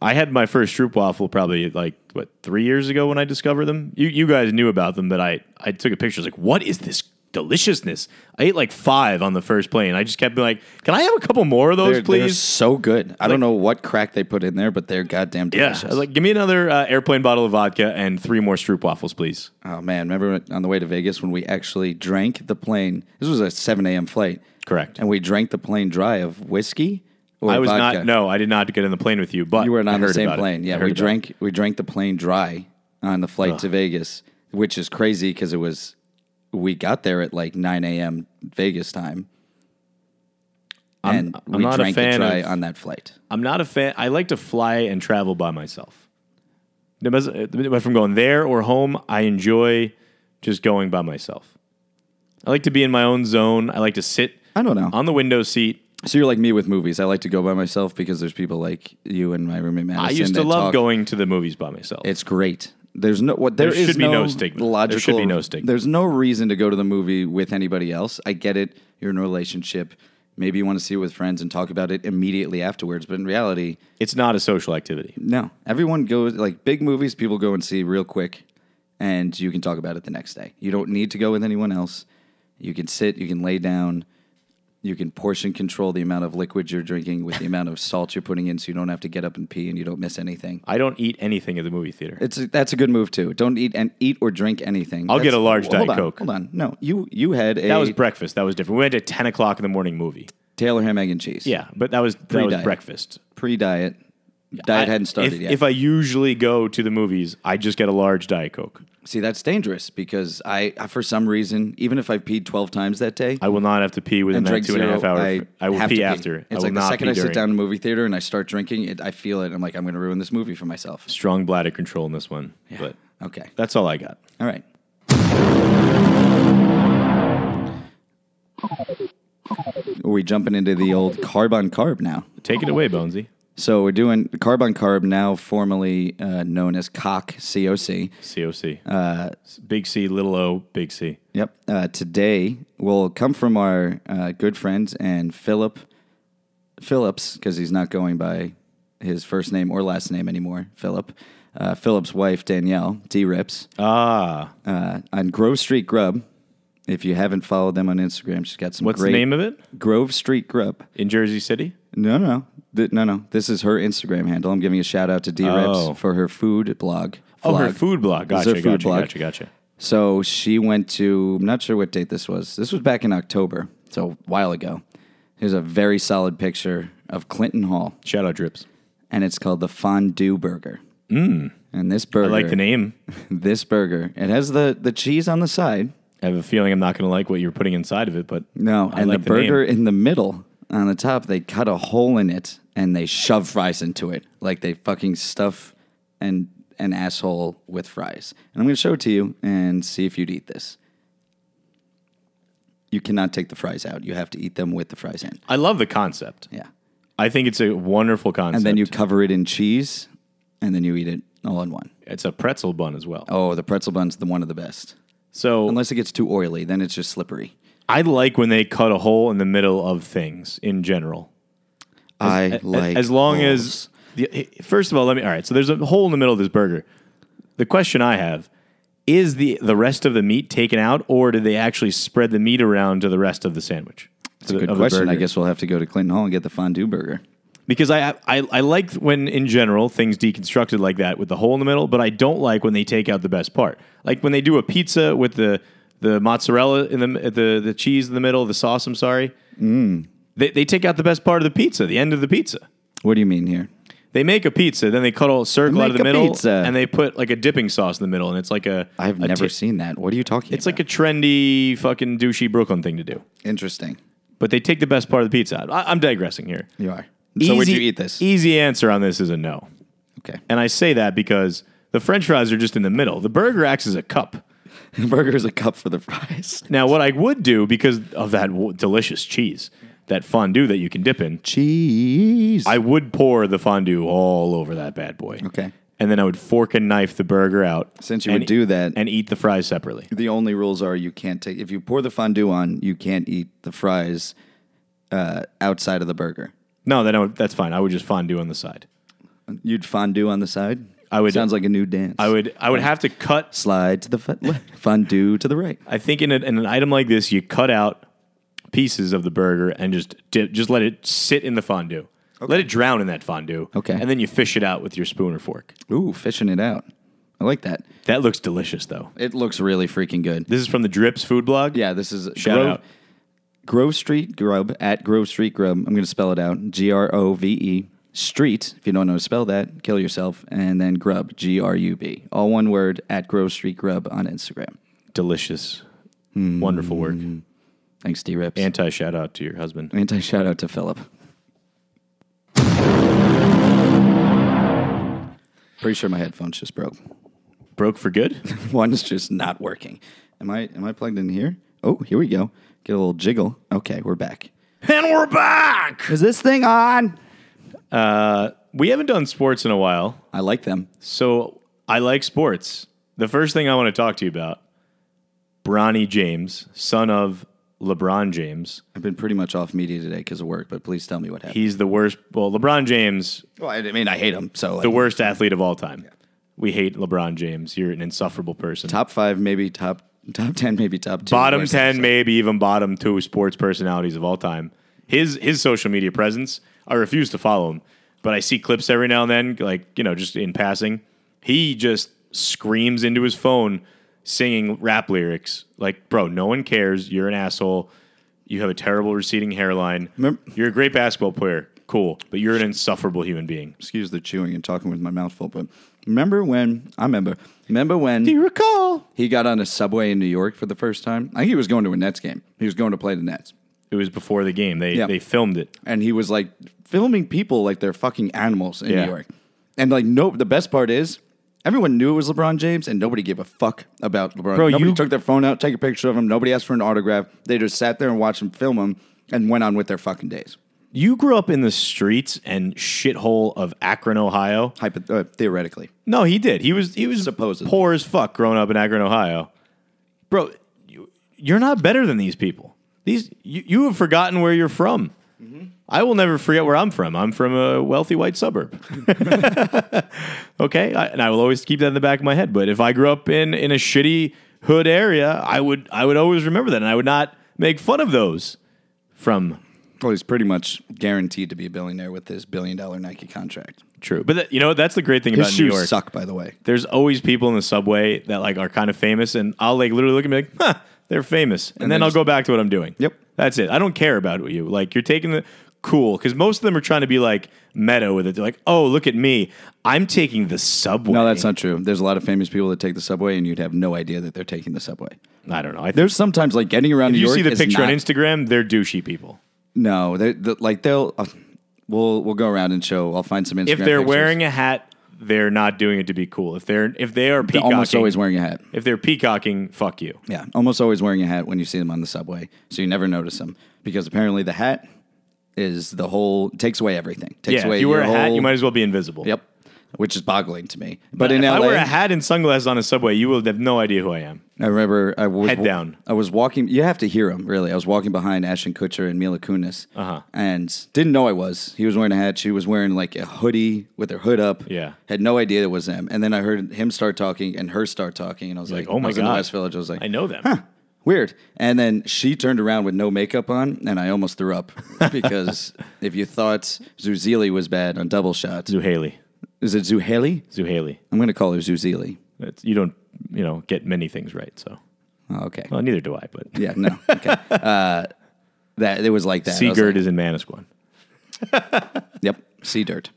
Speaker 3: I had my first Stroop waffle probably like what three years ago when I discovered them. You you guys knew about them, but I I took a picture. I was like, what is this? Deliciousness. I ate like five on the first plane. I just kept being like, "Can I have a couple more of those,
Speaker 4: They're, they're
Speaker 3: please?"
Speaker 4: so good. I don't know what crack they put in there, but they're goddamn
Speaker 3: yeah,
Speaker 4: delicious.
Speaker 3: I was like, "Give me another uh, airplane bottle of vodka and three more Stroop waffles, please."
Speaker 4: oh man, remember when- on the way to Vegas when we actually drank the plane? This was a seven a.m. flight,
Speaker 3: Correct.
Speaker 4: And we drank the plane dry of whiskey. Or
Speaker 3: I was
Speaker 4: vodka?
Speaker 3: not. No, I did not get in the plane with you. But
Speaker 4: You were
Speaker 3: I
Speaker 4: not on the
Speaker 3: heard
Speaker 4: same
Speaker 3: about it.
Speaker 4: plane.
Speaker 3: I
Speaker 4: Yeah,
Speaker 3: heard
Speaker 4: we
Speaker 3: about it.
Speaker 4: drank we drank the plane dry on the flight to Vegas, which is crazy because it was we got there at like nine a.m. Vegas time, and
Speaker 3: I'm
Speaker 4: we
Speaker 3: not a
Speaker 4: drank it
Speaker 3: fan
Speaker 4: dry
Speaker 3: of-
Speaker 4: on that flight.
Speaker 3: I'm not a fan. I like to fly and travel by myself. No matter- no matter From going there or home, I enjoy just going by myself. I like to be in my own zone. I like to sit
Speaker 4: I don't know.
Speaker 3: on the window seat.
Speaker 4: so you're like me with movies. I like to go by myself because there's people like you and my roommate Madison.
Speaker 3: I used to
Speaker 4: that
Speaker 3: love
Speaker 4: talk.
Speaker 3: going to the movies by myself.
Speaker 4: It's great. There's no what there,
Speaker 3: There should
Speaker 4: is
Speaker 3: be
Speaker 4: no,
Speaker 3: no stigma. There
Speaker 4: Logical,
Speaker 3: should be no stigma.
Speaker 4: There's no reason to go to the movie with anybody else. I get it. You're in a relationship. Maybe you want to see it with friends and talk about it immediately afterwards. But in reality,
Speaker 3: It's not a social activity.
Speaker 4: no. Everyone goes like big movies. People go and see real quick, and you can talk about it the next day. You don't need to go with anyone else. You can sit. You can lay down. You can portion control the amount of liquid you're drinking with the amount of salt you're putting in, so you don't have to get up and pee and you don't miss anything.
Speaker 3: I don't eat anything at the movie theater.
Speaker 4: It's a, that's a good move too. Don't eat and eat or drink anything.
Speaker 3: I'll get
Speaker 4: That's-
Speaker 3: a large
Speaker 4: hold
Speaker 3: Diet
Speaker 4: on,
Speaker 3: Coke.
Speaker 4: Hold on, no, you you had a
Speaker 3: that was breakfast. That was different. We went to ten o'clock in the morning movie.
Speaker 4: Taylor ham egg and cheese.
Speaker 3: Yeah, but that was that was
Speaker 4: Pre-diet.
Speaker 3: breakfast.
Speaker 4: pre diet. Diet
Speaker 3: I-
Speaker 4: hadn't started
Speaker 3: if,
Speaker 4: yet.
Speaker 3: If I usually go to the movies, I just get a large diet coke.
Speaker 4: See, that's dangerous because I, I- for some reason, even if I peed twelve times that day
Speaker 3: I will not have to pee within
Speaker 4: and
Speaker 3: that
Speaker 4: drank
Speaker 3: two and a half
Speaker 4: zero,
Speaker 3: hours. I, will
Speaker 4: have
Speaker 3: pee,
Speaker 4: to
Speaker 3: after. I
Speaker 4: It's
Speaker 3: will
Speaker 4: like
Speaker 3: not
Speaker 4: the second
Speaker 3: pee
Speaker 4: I sit
Speaker 3: during.
Speaker 4: down in a movie theater and I start drinking, it, I feel it. I'm like, I'm going to ruin this movie for myself.
Speaker 3: Strong bladder control in this one, but
Speaker 4: Okay,
Speaker 3: that's all I got.
Speaker 4: all right. Are we jumping into the old carb on carb now?
Speaker 3: Take it away, Bonesy.
Speaker 4: So we're doing carb on carb now, formerly uh, known as COC, COC.
Speaker 3: COC. Uh, big C, little O, big C.
Speaker 4: Yep. Uh, today will come from our uh, good friends and Philip Phillips, because he's not going by his first name or last name anymore. Philip. Uh, Philip's wife Danielle D Rips
Speaker 3: Ah,
Speaker 4: uh, on Grove Street Grub. If you haven't followed them on Instagram, she's got some.
Speaker 3: what's
Speaker 4: great
Speaker 3: the name of it
Speaker 4: Grove Street Grub.
Speaker 3: in Jersey City?
Speaker 4: No, no, no. Th- no, no. This is her Instagram handle. I'm giving a shout out to D Rips
Speaker 3: Oh.
Speaker 4: for her food blog.
Speaker 3: Oh, her
Speaker 4: Vlog.
Speaker 3: food blog.
Speaker 4: This is
Speaker 3: Gotcha,
Speaker 4: her
Speaker 3: gotcha,
Speaker 4: food blog.
Speaker 3: gotcha, gotcha.
Speaker 4: So she went to, I'm not sure what date this was. This was back in October, so a while ago. Here's a very solid picture of Clinton Hall,
Speaker 3: Shout out drips.
Speaker 4: and it's called the Fondue Burger. Mm. And this burger,
Speaker 3: I like the name.
Speaker 4: This burger, it has the, the cheese on the side.
Speaker 3: I have a feeling I'm not going to like what you're putting inside of it, but
Speaker 4: No,
Speaker 3: I
Speaker 4: and
Speaker 3: like
Speaker 4: the burger
Speaker 3: name.
Speaker 4: in the middle on the top, they cut a hole in it and they shove fries into it. Like they fucking stuff an, an asshole with fries. And I'm going to show it to you and see if you'd eat this. You cannot take the fries out. You have to eat them with the fries in.
Speaker 3: I love the concept.
Speaker 4: Yeah.
Speaker 3: I think it's a wonderful concept.
Speaker 4: And then you cover it in cheese and then you eat it all in one.
Speaker 3: it's a pretzel bun as well.
Speaker 4: Oh, the pretzel bun's the one of the best.
Speaker 3: so
Speaker 4: Unless it gets too oily, then it's just slippery.
Speaker 3: I like when they cut a hole in the middle of things in general.
Speaker 4: I like
Speaker 3: as long
Speaker 4: holes.
Speaker 3: as the, eh, first of all, let me. All right, so there's a hole in the middle of this burger. The question I have is the the rest of the meat taken out, or do they actually spread the meat around to the rest of the sandwich? It's
Speaker 4: Good question. I guess we'll have to go to Clinton Hall and get the fondue burger.
Speaker 3: because I, I I like when in general things deconstructed like that with the hole in the middle, but I don't like when they take out the best part. Like when they do a pizza with the the mozzarella in the the the cheese in the middle, the sauce. I'm sorry, they they take out the best part of the pizza, the end of the pizza.
Speaker 4: What do you mean here?
Speaker 3: They make a pizza, then they cut a circle out of the
Speaker 4: Make a
Speaker 3: middle,
Speaker 4: pizza.
Speaker 3: and they put like a dipping sauce in the middle, and it's like a
Speaker 4: I've
Speaker 3: a
Speaker 4: never
Speaker 3: ti-
Speaker 4: seen that. What are you talking
Speaker 3: It's like a trendy fucking douchey Brooklyn thing to do,
Speaker 4: interesting.
Speaker 3: but they take the best part of the pizza out. I, I'm digressing here.
Speaker 4: You are. So would you
Speaker 3: Easy-
Speaker 4: eat this?
Speaker 3: Easy answer on this is a no.
Speaker 4: okay.
Speaker 3: And I say that because the french fries are just in the middle. The burger acts as a cup.
Speaker 4: The burger is a cup for the fries.
Speaker 3: Now, what I would do because of that w- delicious cheese, that fondue that you can dip in,
Speaker 4: Cheese.
Speaker 3: I would pour the fondue all over that bad boy.
Speaker 4: Okay.
Speaker 3: And then I would fork and knife the burger out.
Speaker 4: Since you
Speaker 3: and-
Speaker 4: would do that-
Speaker 3: And eat the fries separately.
Speaker 4: the only rules are you can't take if you pour the fondue on, you can't eat the fries uh, outside of the burger.
Speaker 3: No, then I would, that's fine. I would just fondue on the side.
Speaker 4: You'd fondue on the side.
Speaker 3: I would-
Speaker 4: Sounds like a new dance.
Speaker 3: I would I would have to cut.
Speaker 4: slide to the fo- left, fondue to the right.
Speaker 3: I think in, a, in an item like this, you cut out pieces of the burger and just dip, just let it sit in the fondue. Let it drown in that fondue.
Speaker 4: Okay.
Speaker 3: And then you fish it out with your spoon or fork.
Speaker 4: Ooh, fishing it out. I like that.
Speaker 3: That looks delicious, though.
Speaker 4: It looks really freaking good.
Speaker 3: This is from the Drips food blog.
Speaker 4: Yeah, this is
Speaker 3: Shout
Speaker 4: Grove-
Speaker 3: out.
Speaker 4: Grove Street Grub at Grove Street Grub. I'm going to spell it out G R O V E Street. If you don't know how to spell that, kill yourself. And then Grub, G R U B. All one word at Grove Street Grub on Instagram.
Speaker 3: Delicious. Wonderful work.
Speaker 4: Thanks, D Rips.
Speaker 3: Anti shout out to your husband.
Speaker 4: Anti shout out to Philip. Pretty sure my headphones just broke.
Speaker 3: Broke for good?
Speaker 4: One's just not working. Am I am I plugged in here? Oh, here we go. Get a little jiggle. Okay, we're back.
Speaker 3: and we're back.
Speaker 4: Is this thing on?
Speaker 3: We haven't done sports in a while,
Speaker 4: I like them.
Speaker 3: so I like sports. The first thing I want to talk to you about Bronny James, son of LeBron James.
Speaker 4: I've been pretty much off media today because of work, but please tell me what happened.
Speaker 3: He's the worst. Well, LeBron James,
Speaker 4: well, I I mean, I hate him. So
Speaker 3: the
Speaker 4: like,
Speaker 3: worst athlete of all time. We hate LeBron James. You're an insufferable person.
Speaker 4: top five, maybe top top ten, maybe top two.
Speaker 3: bottom
Speaker 4: worst
Speaker 3: ten,
Speaker 4: episode.
Speaker 3: maybe even bottom two sports personalities of all time. His his social media presence, I refuse to follow him, but I see clips every now and then, like you know, just in passing. He just screams into his phone, singing rap lyrics. Like, bro, no one cares. You're an asshole. You have a terrible receding hairline.
Speaker 4: Remem-
Speaker 3: You're a great basketball player. Cool, but you're an insufferable human being.
Speaker 4: Excuse the chewing and talking with my mouth full, but remember when I remember. Remember when
Speaker 3: recall?
Speaker 4: he got on a subway in New York for the first time? I think he was going to a Nets game. He was going to play the Nets.
Speaker 3: It was before the game. They
Speaker 4: Yeah.
Speaker 3: they filmed it.
Speaker 4: and he was like filming people like they're fucking animals in
Speaker 3: Yeah.
Speaker 4: New York. And like, nope. The best part is everyone knew it was LeBron James, and nobody gave a fuck about LeBron.
Speaker 3: Bro,
Speaker 4: nobody
Speaker 3: you-
Speaker 4: took their phone out, take a picture of him. Nobody asked for an autograph. They just sat there and watched him film him, and went on with their fucking days.
Speaker 3: You grew up in the streets and shithole of Akron, Ohio.
Speaker 4: Hypo- uh, theoretically,
Speaker 3: No, he did. He was he was
Speaker 4: Supposedly.
Speaker 3: poor as fuck growing up in Akron, Ohio. Bro, you, you're not better than these people. These you, you have forgotten where you're from. I will never forget where I'm from. I'm from a wealthy white suburb. okay, I, and I will always keep that in the back of my head. But if I grew up in in a shitty hood area, I would I would always remember that, and I would not make fun of those from
Speaker 4: well, he's pretty much guaranteed to be a billionaire with his billion-dollar Nike contract.
Speaker 3: true. But that, you know what? that's the great thing
Speaker 4: His
Speaker 3: about New
Speaker 4: shoes
Speaker 3: York.
Speaker 4: suck, by the way.
Speaker 3: there's always people in the subway that like are kind of famous, and I'll like literally look and be like, huh, they're famous, and, then
Speaker 4: then
Speaker 3: I'll
Speaker 4: just-
Speaker 3: go back to what I'm doing.
Speaker 4: Yep.
Speaker 3: that's it. I don't care about what you like. You're taking the cool because most of them are trying to be like meta with it. They're like, oh, look at me, I'm taking the subway.
Speaker 4: No, that's not true. There's a lot of famous people that take the subway, and you'd have no idea that they're taking the subway.
Speaker 3: I don't know. I think
Speaker 4: There's sometimes like getting around
Speaker 3: if
Speaker 4: New
Speaker 3: you
Speaker 4: York.
Speaker 3: see the
Speaker 4: is
Speaker 3: picture on
Speaker 4: not-
Speaker 3: Instagram, they're douchey people.
Speaker 4: No, they the, like they'll. Uh, we'll we'll go around and show. I'll find some Instagram.
Speaker 3: If they're
Speaker 4: pictures.
Speaker 3: wearing a hat, they're not doing it to be cool. If they're if they are
Speaker 4: They're
Speaker 3: peacocking,
Speaker 4: almost always wearing a hat.
Speaker 3: if they're peacocking, fuck you.
Speaker 4: Yeah, almost always wearing a hat when you see them on the subway, so you never notice them because apparently the hat is the whole takes away everything. Takes
Speaker 3: Yeah,
Speaker 4: away
Speaker 3: if you wear
Speaker 4: your
Speaker 3: a hat,
Speaker 4: whole-
Speaker 3: you might as well be invisible.
Speaker 4: Yep, which is boggling to me. But in
Speaker 3: if
Speaker 4: LA,
Speaker 3: I wear a hat and sunglasses on a subway, you will have no idea who I am.
Speaker 4: I remember I was
Speaker 3: Head down.
Speaker 4: I was walking. You have to hear him really. I was walking behind Ashton Kutcher and Mila Kunis,
Speaker 3: Uh-huh.
Speaker 4: and didn't know I was. He was wearing a hat. She was wearing like a hoodie with her hood up.
Speaker 3: Yeah.
Speaker 4: had no idea it was them. And then I heard him start talking and her start talking, and I was like,
Speaker 3: like, oh
Speaker 4: I
Speaker 3: my
Speaker 4: was
Speaker 3: god,
Speaker 4: in the West Village. I was like,
Speaker 3: I know them.
Speaker 4: weird. And then she turned around with no makeup on, and I almost threw up because if you thought Zuzili was bad on double shot,
Speaker 3: Zuhaley,
Speaker 4: is it Zuhali?
Speaker 3: Zuhaley.
Speaker 4: I'm going to call her Zuzili.
Speaker 3: That's, you don't, you know, get many things right. So,
Speaker 4: Oh, okay.
Speaker 3: well, neither do I. But
Speaker 4: Yeah, no. Okay. uh, that it was like that. I was
Speaker 3: Seagird
Speaker 4: like,
Speaker 3: is in Manasquan.
Speaker 4: Yep. Sea dirt.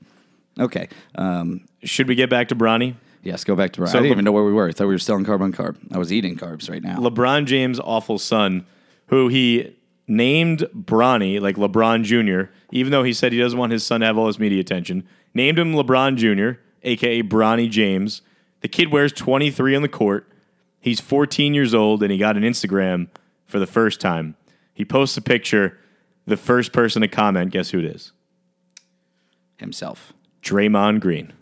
Speaker 4: Okay. Um,
Speaker 3: Should we get back to Bronny?
Speaker 4: yes. Go back to. I
Speaker 3: So
Speaker 4: didn't
Speaker 3: Le-
Speaker 4: even know where we were. I thought we were still on carb on carb. I was eating carbs right now.
Speaker 3: LeBron James' awful son, who he named Bronny, like LeBron Jr., even though he said he doesn't want his son to have all this media attention, named him LeBron Jr., aka Bronny James. The kid wears 23 on the court. He's 14 years old and he got an Instagram for the first time. He posts a picture. The first person to comment, guess who it is?
Speaker 4: Himself.
Speaker 3: Draymond Green.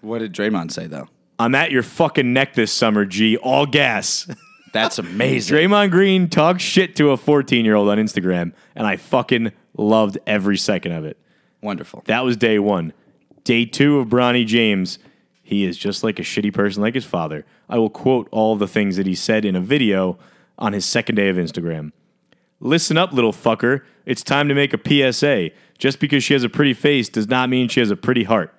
Speaker 4: What did Draymond say though?
Speaker 3: I'm at your fucking neck this summer, G. All gas.
Speaker 4: That's amazing.
Speaker 3: Draymond Green talks shit to a 14 year old on Instagram, and I fucking loved every second of it.
Speaker 4: Wonderful.
Speaker 3: That was day one. Day two of Bronny James, he is just like a shitty person, like his father. I will quote all the things that he said in a video on his second day of Instagram. Listen up, little fucker. It's time to make a PSA. Just because she has a pretty face does not mean she has a pretty heart.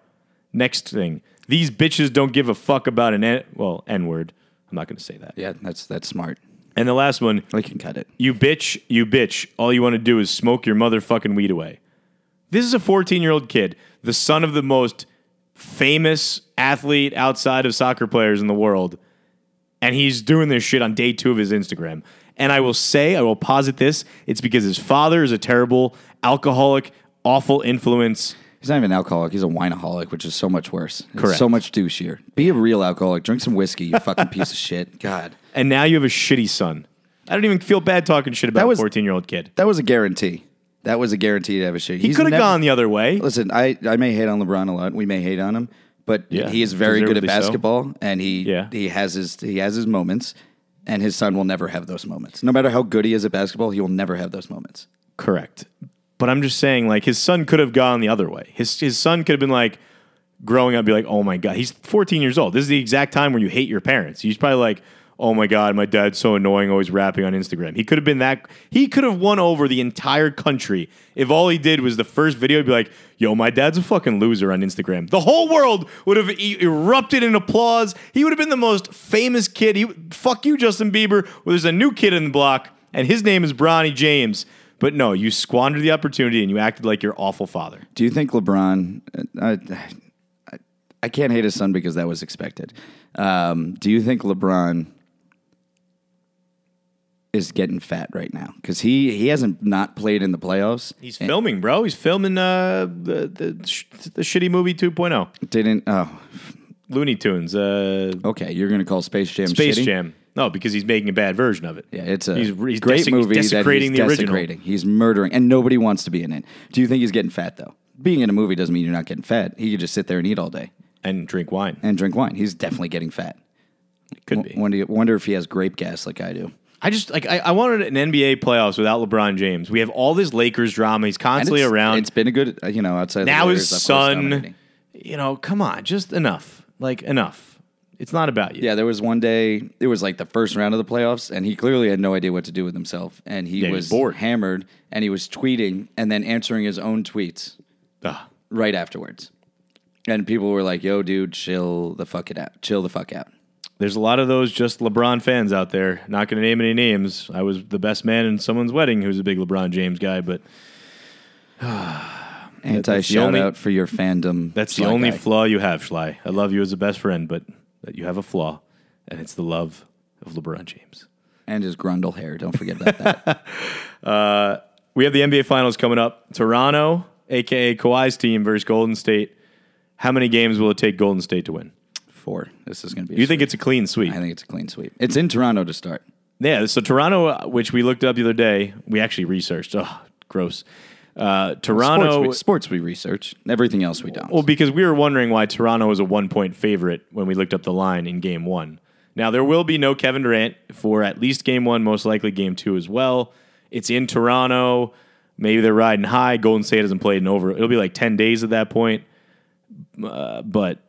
Speaker 3: Next thing, these bitches don't give a fuck about an N, well, N word. I'm not going to say that.
Speaker 4: yeah, that's that's smart.
Speaker 3: And the last one,
Speaker 4: We can cut it.
Speaker 3: you bitch, you bitch. All you want to do is smoke your motherfucking weed away. This is a 14 year old kid, the son of the most famous athlete outside of soccer players in the world. And he's doing this shit on day two of his Instagram. And I will say, I will posit this it's because his father is a terrible, alcoholic, awful influence.
Speaker 4: He's not even an alcoholic. He's a wineaholic, which is so much worse. It's
Speaker 3: Correct.
Speaker 4: So much douchier. Be a real alcoholic. Drink some whiskey. You fucking piece of shit. God,
Speaker 3: And now you have a shitty son. I don't even feel bad talking shit about
Speaker 4: That was-
Speaker 3: a 14 year old kid.
Speaker 4: that was a guarantee. That was a guarantee to have a shit.
Speaker 3: He could have gone the other way.
Speaker 4: Listen, I, I may hate on LeBron a lot. We may hate on him, but
Speaker 3: Yeah,
Speaker 4: he is very good at
Speaker 3: deservedly so.
Speaker 4: basketball, and he
Speaker 3: Yeah.
Speaker 4: he has his he has his moments. And his son will never have those moments. No matter how good he is at basketball, he will never have those moments.
Speaker 3: Correct. But I'm just saying, like, his son could have gone the other way. His his son could have been like growing up, be like, oh my god, he's 14 years old. This is the exact time when you hate your parents. He's probably like, oh my god, my dad's so annoying, always rapping on Instagram. He could have been that. He could have won over the entire country if all he did was the first video. He'd be like, yo, my dad's a fucking loser on Instagram. The whole world would have e- erupted in applause. He would have been the most famous kid. He fuck you, Justin Bieber. Well, there's a new kid in the block, and his name is Bronny James. But no, you squandered the opportunity and you acted like your awful father.
Speaker 4: Do you think LeBron? uh, I, I, I can't hate his son because that was expected. Um, do you think LeBron is getting fat right now? Because he he hasn't not played in the playoffs.
Speaker 3: He's filming, bro. He's filming uh, the, the, sh- the shitty movie 2.0,
Speaker 4: Didn't. Oh,
Speaker 3: Looney Tunes, uh,
Speaker 4: okay. You're gonna call Space Jam
Speaker 3: Space
Speaker 4: shitty?
Speaker 3: Jam. No, because he's making a bad version of it.
Speaker 4: Yeah, it's a
Speaker 3: He's- he's
Speaker 4: great
Speaker 3: desi- he's
Speaker 4: movie.
Speaker 3: desecrating
Speaker 4: that
Speaker 3: the
Speaker 4: he's
Speaker 3: original.
Speaker 4: desecrating. He's murdering, and nobody wants to be in it. Do you think he's getting fat though? Being in a movie doesn't mean you're not getting fat. He could just sit there and eat all day
Speaker 3: and drink wine.
Speaker 4: and drink wine. He's definitely getting fat.
Speaker 3: Could
Speaker 4: W-
Speaker 3: be.
Speaker 4: Wonder, wonder if he has grape gas like I do.
Speaker 3: I just like I, I wanted an NBA playoffs without LeBron James. We have all this Lakers drama. He's
Speaker 4: And
Speaker 3: constantly
Speaker 4: it's,
Speaker 3: around.
Speaker 4: It's been a good, uh, you know, outside. of the
Speaker 3: now his
Speaker 4: Warriors, of course,
Speaker 3: son.
Speaker 4: dominating.
Speaker 3: You know, come on, just enough. Like enough. It's not about you.
Speaker 4: Yeah, there was one day. It was like the first round of the playoffs, and he clearly had no idea what to do with himself, and he
Speaker 3: he was
Speaker 4: was
Speaker 3: bored.
Speaker 4: hammered, and he was tweeting, and then answering his own tweets
Speaker 3: Ugh.
Speaker 4: right afterwards. And people were like, "Yo, dude, chill the fuck it out. Chill the fuck out."
Speaker 3: There's a lot of those just LeBron fans out there. Not going to name any names. I was the best man in someone's wedding who's a big LeBron James guy, but
Speaker 4: Anti
Speaker 3: the
Speaker 4: shout
Speaker 3: only-
Speaker 4: out for your fandom.
Speaker 3: that's
Speaker 4: Sly
Speaker 3: the only
Speaker 4: guy.
Speaker 3: flaw you have, Schley. I love you as a best friend, but that you have a flaw, and it's the love of LeBron James.
Speaker 4: and his grundle hair. Don't forget about that.
Speaker 3: We have the NBA Finals coming up. Toronto, aka Kawhi's team, versus Golden State. How many games will it take Golden State to win?
Speaker 4: Four. This is going to be.
Speaker 3: Do you think it's a clean sweep?
Speaker 4: I think it's a clean sweep. It's in Toronto to start.
Speaker 3: Yeah, so Toronto, uh, which we looked up the other day, we actually researched. Oh, gross. Uh, Toronto.
Speaker 4: Sports, we, sports we research. Everything else we don't.
Speaker 3: Well, because we were wondering why Toronto was a one point favorite when we looked up the line in game one. Now, there will be no Kevin Durant for at least game one, most likely game two as well. It's in Toronto. Maybe they're riding high. Golden State hasn't played in over. It'll be like 10 days at that point. Uh, but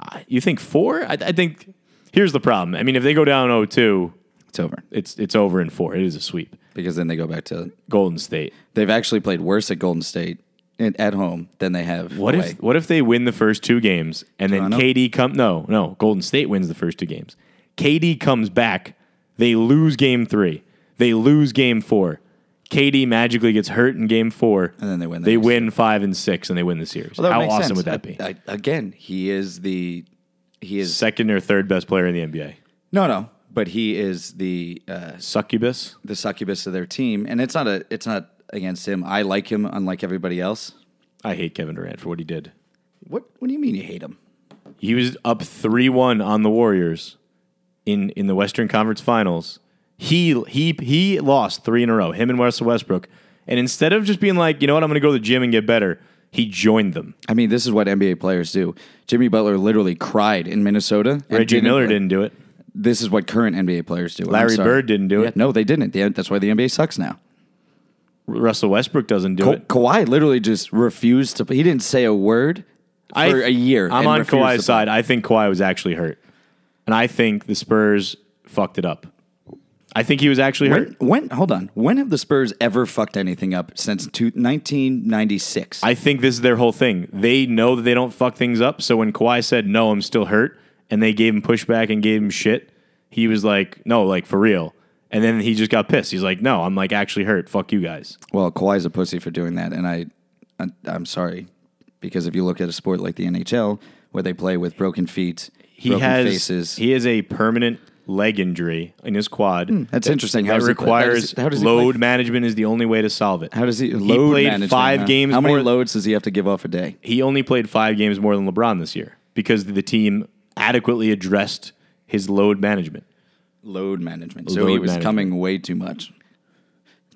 Speaker 3: uh, you think four? I, I think here's the problem. I mean, if they go down 0 2,
Speaker 4: it's over
Speaker 3: it's, it's over in four. It is a sweep.
Speaker 4: because then they go back to.
Speaker 3: Golden State.
Speaker 4: They've actually played worse at Golden State and at home than they have.
Speaker 3: What
Speaker 4: away.
Speaker 3: if what if they win the first two games and then
Speaker 4: Toronto?
Speaker 3: KD come no no Golden State wins the first two games. KD comes back, they lose game three, they lose game four. KD magically gets hurt in game four,
Speaker 4: And then they win the
Speaker 3: They
Speaker 4: next
Speaker 3: win five and six, and they win the series.
Speaker 4: Well, that
Speaker 3: How
Speaker 4: makes
Speaker 3: awesome
Speaker 4: sense.
Speaker 3: would that be?
Speaker 4: I- I- again, he is the. He is
Speaker 3: Second or third best player in the NBA.
Speaker 4: no, no, but he is the uh,
Speaker 3: Succubus.
Speaker 4: the succubus of their team, and it's not a it's not against him. I like him, unlike everybody else.
Speaker 3: I hate Kevin Durant for what he did.
Speaker 4: What What do you mean you hate him?
Speaker 3: He was up three one on the Warriors in in the Western Conference Finals. He he he lost three in a row. Him and Russell Westbrook. And instead of just being like, you know what, I'm going to go to the gym and get better, he joined them.
Speaker 4: I mean, this is what NBA players do. Jimmy Butler literally cried in Minnesota. and
Speaker 3: Reggie
Speaker 4: didn't-
Speaker 3: Miller didn't do it.
Speaker 4: This is what current NBA players do. I'm
Speaker 3: Larry
Speaker 4: sorry.
Speaker 3: Bird didn't do
Speaker 4: Yeah,
Speaker 3: it.
Speaker 4: No, they didn't. They- that's why the NBA sucks now.
Speaker 3: Russell Westbrook doesn't do
Speaker 4: Ka-
Speaker 3: it.
Speaker 4: Kawhi literally just refused to. He didn't say a word for
Speaker 3: I-
Speaker 4: a year.
Speaker 3: I'm
Speaker 4: and
Speaker 3: on
Speaker 4: refused to play.
Speaker 3: Kawhi's side. I think Kawhi was actually hurt, and I think the Spurs fucked it up. I think he was actually hurt.
Speaker 4: When, when hold on. When have the Spurs ever fucked anything up since two, 1996?
Speaker 3: I think this is their whole thing. They know that they don't fuck things up. So when Kawhi said, no, I'm still hurt, and they gave him pushback and gave him shit, he was like, no, like for real. And then he just got pissed. He's like, no, I'm like actually hurt. Fuck you guys.
Speaker 4: Well, Kawhi's a pussy for doing that, and I, I I'm sorry, because if you look at a sport like the NHL, where they play with broken feet,
Speaker 3: He
Speaker 4: broken
Speaker 3: has
Speaker 4: faces,
Speaker 3: he has a permanent leg injury in his quad.
Speaker 4: Hmm, that's interesting. How
Speaker 3: That
Speaker 4: does he play- how does
Speaker 3: requires
Speaker 4: he- how does he play-
Speaker 3: load management is the only way to solve it.
Speaker 4: how does he load
Speaker 3: he played
Speaker 4: management,
Speaker 3: five
Speaker 4: huh?
Speaker 3: games?
Speaker 4: How many
Speaker 3: more,
Speaker 4: loads does he have to give off a day?
Speaker 3: he only played five games more than LeBron this year because the team adequately addressed his load management.
Speaker 4: Load management. So
Speaker 3: Load
Speaker 4: he was
Speaker 3: management.
Speaker 4: coming way too much.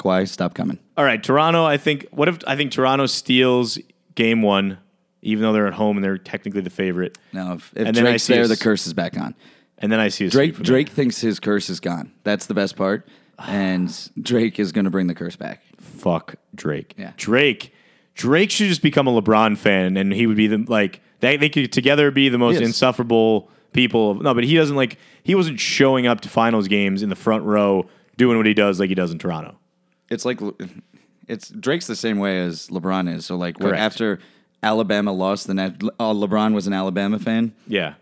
Speaker 4: Kawhi, stop coming.
Speaker 3: All right, Toronto. I think what if I think Toronto steals game one, even though they're at home and they're technically the favorite.
Speaker 4: Now, if, if
Speaker 3: And then I
Speaker 4: Drake's
Speaker 3: see a
Speaker 4: there, the
Speaker 3: s-
Speaker 4: curse is back on.
Speaker 3: And then I see a
Speaker 4: Drake
Speaker 3: Superman.
Speaker 4: Drake thinks his curse is gone. That's the best part. And Drake is going to bring the curse back.
Speaker 3: Fuck Drake.
Speaker 4: Yeah.
Speaker 3: Drake. Drake should just become a LeBron fan, and he would be the like they they could together be the most
Speaker 4: Yes.
Speaker 3: insufferable people. No, but he doesn't like he wasn't showing up to finals games in the front row doing what he does like he does in Toronto.
Speaker 4: It's like it's Drake's the same way as LeBron is. So like what,
Speaker 3: Correct.
Speaker 4: after Alabama lost the net, uh, LeBron was an Alabama fan
Speaker 3: Yeah,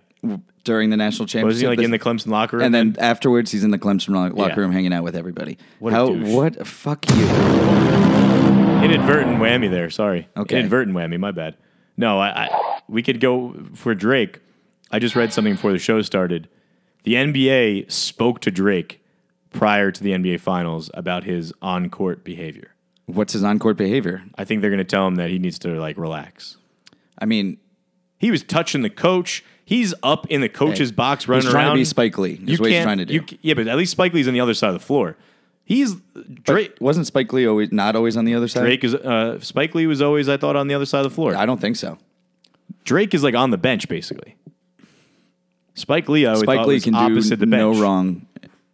Speaker 4: during the national championship.
Speaker 3: was he like in the Clemson locker room?
Speaker 4: and then afterwards he's in the Clemson lo- locker
Speaker 3: Yeah.
Speaker 4: room hanging out with everybody.
Speaker 3: What a douche.
Speaker 4: what fuck you.
Speaker 3: Inadvertent whammy there. Sorry.
Speaker 4: Okay.
Speaker 3: Inadvertent whammy. My bad. No, I, I we could go for Drake. I just read something before the show started. The NBA spoke to Drake prior to the NBA Finals about his on-court behavior.
Speaker 4: What's his on court behavior?
Speaker 3: I think they're going to tell him that he needs to like relax.
Speaker 4: I mean,
Speaker 3: He was touching the coach. He's up in the coach's
Speaker 4: Hey,
Speaker 3: box running
Speaker 4: he's trying to
Speaker 3: around.
Speaker 4: be Spike Lee, is what he's
Speaker 3: can't-
Speaker 4: trying to do.
Speaker 3: you c- yeah, but at least Spike Lee's on the other side of the floor. He's Drake.
Speaker 4: wasn't Spike Lee always not always on the other side?
Speaker 3: Drake is uh, Spike Lee was always I thought on the other side of the floor.
Speaker 4: I don't think so.
Speaker 3: Drake is like on the bench basically. Spike Lee, I always
Speaker 4: Spike
Speaker 3: thought
Speaker 4: Lee
Speaker 3: was
Speaker 4: can
Speaker 3: opposite
Speaker 4: do
Speaker 3: the bench.
Speaker 4: no wrong.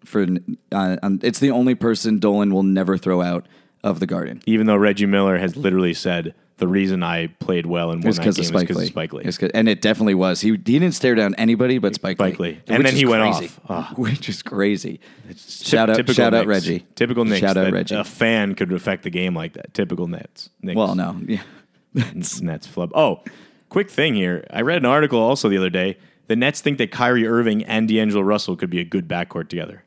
Speaker 4: For uh, um, it's the only person Dolan will never throw out of the Garden.
Speaker 3: Even though Reggie Miller has literally said the reason I played well and won
Speaker 4: It's
Speaker 3: that
Speaker 4: because
Speaker 3: game
Speaker 4: of
Speaker 3: is
Speaker 4: Spike
Speaker 3: because
Speaker 4: Lee.
Speaker 3: of Spike Lee.
Speaker 4: It's 'cause- and it definitely was. He he didn't stare down anybody but Spike,
Speaker 3: Spike Lee. And
Speaker 4: which
Speaker 3: then
Speaker 4: is
Speaker 3: he went
Speaker 4: crazy.
Speaker 3: off. Ah.
Speaker 4: which is crazy. shout out,
Speaker 3: Typical
Speaker 4: shout out,
Speaker 3: Knicks.
Speaker 4: Reggie.
Speaker 3: Typical Knicks.
Speaker 4: Shout out,
Speaker 3: that
Speaker 4: Reggie.
Speaker 3: A fan could affect the game like that. Typical Nets. Knicks.
Speaker 4: well, no, yeah,
Speaker 3: Nets, Nets flub. Oh, quick thing here. I read an article also the other day. The Nets think that Kyrie Irving and D'Angelo Russell could be a good backcourt together.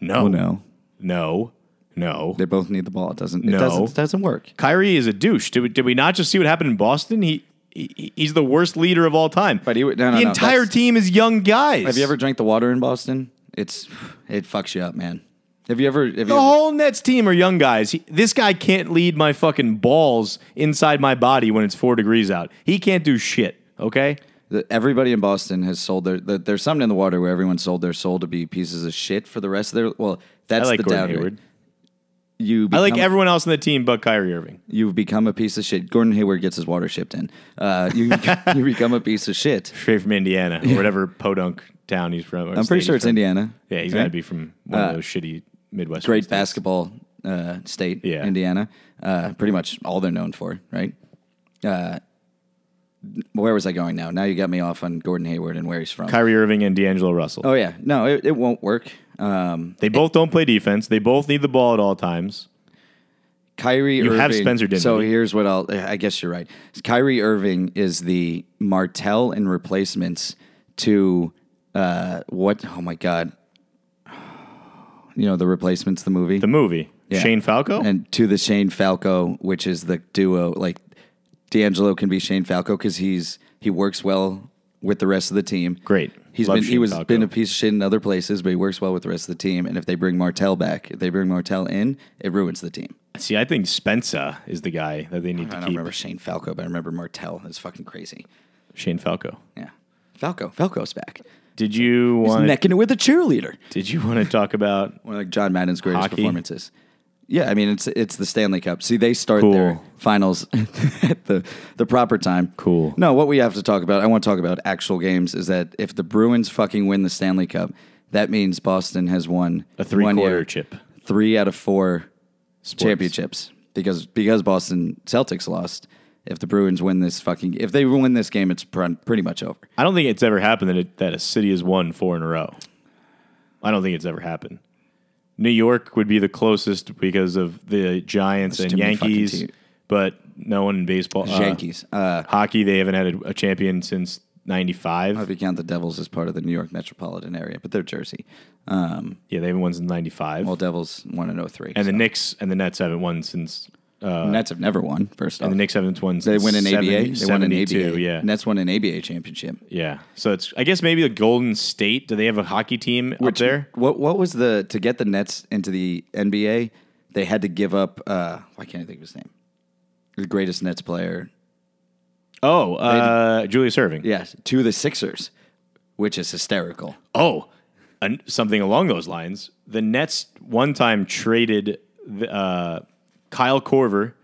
Speaker 3: No,
Speaker 4: well, Oh, no.
Speaker 3: no, no.
Speaker 4: They both need the ball. It doesn't.
Speaker 3: No.
Speaker 4: It doesn't, it doesn't work.
Speaker 3: Kyrie is a douche. Did we, did we not just see what happened in Boston? He, he he's the worst leader of all time.
Speaker 4: But he would- no, no,
Speaker 3: the
Speaker 4: no,
Speaker 3: entire
Speaker 4: that's-
Speaker 3: team is young guys.
Speaker 4: Have you ever drank the water in Boston? It's it fucks you up, man. Have you ever? Have you
Speaker 3: The
Speaker 4: ever-
Speaker 3: whole Nets team are young guys. He, this guy can't lead my fucking balls inside my body when it's four degrees out. He can't do shit. Okay.
Speaker 4: the, everybody in Boston has sold their. The, there's something in the water where everyone sold their soul to be pieces of shit for the rest of their. Well, that's
Speaker 3: I like
Speaker 4: the
Speaker 3: Gordon
Speaker 4: downgrade.
Speaker 3: Hayward.
Speaker 4: You
Speaker 3: I
Speaker 4: become,
Speaker 3: like everyone else on the team but Kyrie Irving.
Speaker 4: You've become a piece of shit. Gordon Hayward gets his water shipped in. Uh, you you become a piece of shit.
Speaker 3: straight from Indiana or whatever podunk town he's from.
Speaker 4: I'm pretty sure it's Indiana.
Speaker 3: Yeah, he's
Speaker 4: right?
Speaker 3: got to be from one of those shitty Midwest.
Speaker 4: great
Speaker 3: states.
Speaker 4: basketball uh, state,
Speaker 3: Yeah.
Speaker 4: Indiana. Uh, pretty much all they're known for, right? Uh, where was I going now? Now you got me off on Gordon Hayward and where he's from.
Speaker 3: Kyrie Irving and D'Angelo Russell.
Speaker 4: oh yeah, no, it, it won't work. Um,
Speaker 3: They both don't play defense. They both need the ball at all times.
Speaker 4: Kyrie,
Speaker 3: You
Speaker 4: Irving,
Speaker 3: have Spencer Dinwiddie.
Speaker 4: So here's what I'll. I guess you're right. Kyrie Irving is the Martell and replacements to uh, what? Oh my God. You know the replacements, the movie,
Speaker 3: The movie
Speaker 4: Yeah.
Speaker 3: Shane Falco.
Speaker 4: and to the Shane Falco, which is the duo. Like D'Angelo can be Shane Falco because he's he works well with the rest of the team.
Speaker 3: Great.
Speaker 4: he's
Speaker 3: Love
Speaker 4: been he
Speaker 3: Shane
Speaker 4: was
Speaker 3: Falco.
Speaker 4: been a piece of shit in other places, but he works well with the rest of the team. And if they bring Martell back, if they bring Martell in, it ruins the team.
Speaker 3: See, I think Spencer is the guy that they need
Speaker 4: I
Speaker 3: to
Speaker 4: don't
Speaker 3: keep.
Speaker 4: remember Shane Falco, but I remember Martell. It's fucking crazy.
Speaker 3: Shane Falco.
Speaker 4: Yeah, Falco. Falco's back.
Speaker 3: Did you want?
Speaker 4: Necking it with a cheerleader.
Speaker 3: Did you want to talk about?
Speaker 4: One of like John Madden's greatest
Speaker 3: Hockey.
Speaker 4: performances. Yeah, I mean it's it's the Stanley Cup. See, they start
Speaker 3: Cool.
Speaker 4: their finals at the the proper time.
Speaker 3: Cool.
Speaker 4: No, what we have to talk about, I want to talk about actual games, is that if the Bruins fucking win the Stanley Cup, that means Boston has won
Speaker 3: A three-quarter
Speaker 4: one year,
Speaker 3: chip.
Speaker 4: three out of four
Speaker 3: Sports.
Speaker 4: championships because because Boston Celtics lost. If the Bruins win this fucking, if they win this game, it's pr- pretty much over.
Speaker 3: I don't think it's ever happened that it, that a city has won four in a row. I don't think it's ever happened. New York would be the closest because of the Giants
Speaker 4: That's
Speaker 3: and
Speaker 4: too many fucking
Speaker 3: Yankees,
Speaker 4: teams.
Speaker 3: but no one in baseball. uh,
Speaker 4: Yankees. Uh,
Speaker 3: hockey, they haven't had a, a champion since
Speaker 4: if
Speaker 3: '95.
Speaker 4: you count the Devils as part of the New York metropolitan area, but they're Jersey.
Speaker 3: Yeah, they haven't won since '95.
Speaker 4: Well, Devils won in Uh, 03.
Speaker 3: and the Knicks and the Nets haven't won since.
Speaker 4: the Nets have never won, first off.
Speaker 3: And the Knicks haven't won.
Speaker 4: Oh. they
Speaker 3: Since
Speaker 4: win an
Speaker 3: 70
Speaker 4: ABA. They won an
Speaker 3: 72,
Speaker 4: ABA.
Speaker 3: Yeah,
Speaker 4: Nets won an ABA championship.
Speaker 3: yeah. So it's. I guess maybe the Golden State. Do they have a hockey team up there?
Speaker 4: What, what was the, to get the Nets into the NBA, they had to give up, uh, why can't I think of his name? The greatest Nets player.
Speaker 3: Oh, uh, Julius Irving.
Speaker 4: Yes, to the Sixers, which is hysterical.
Speaker 3: Oh, an, something along those lines. The Nets one time traded the, uh, Kyle Corver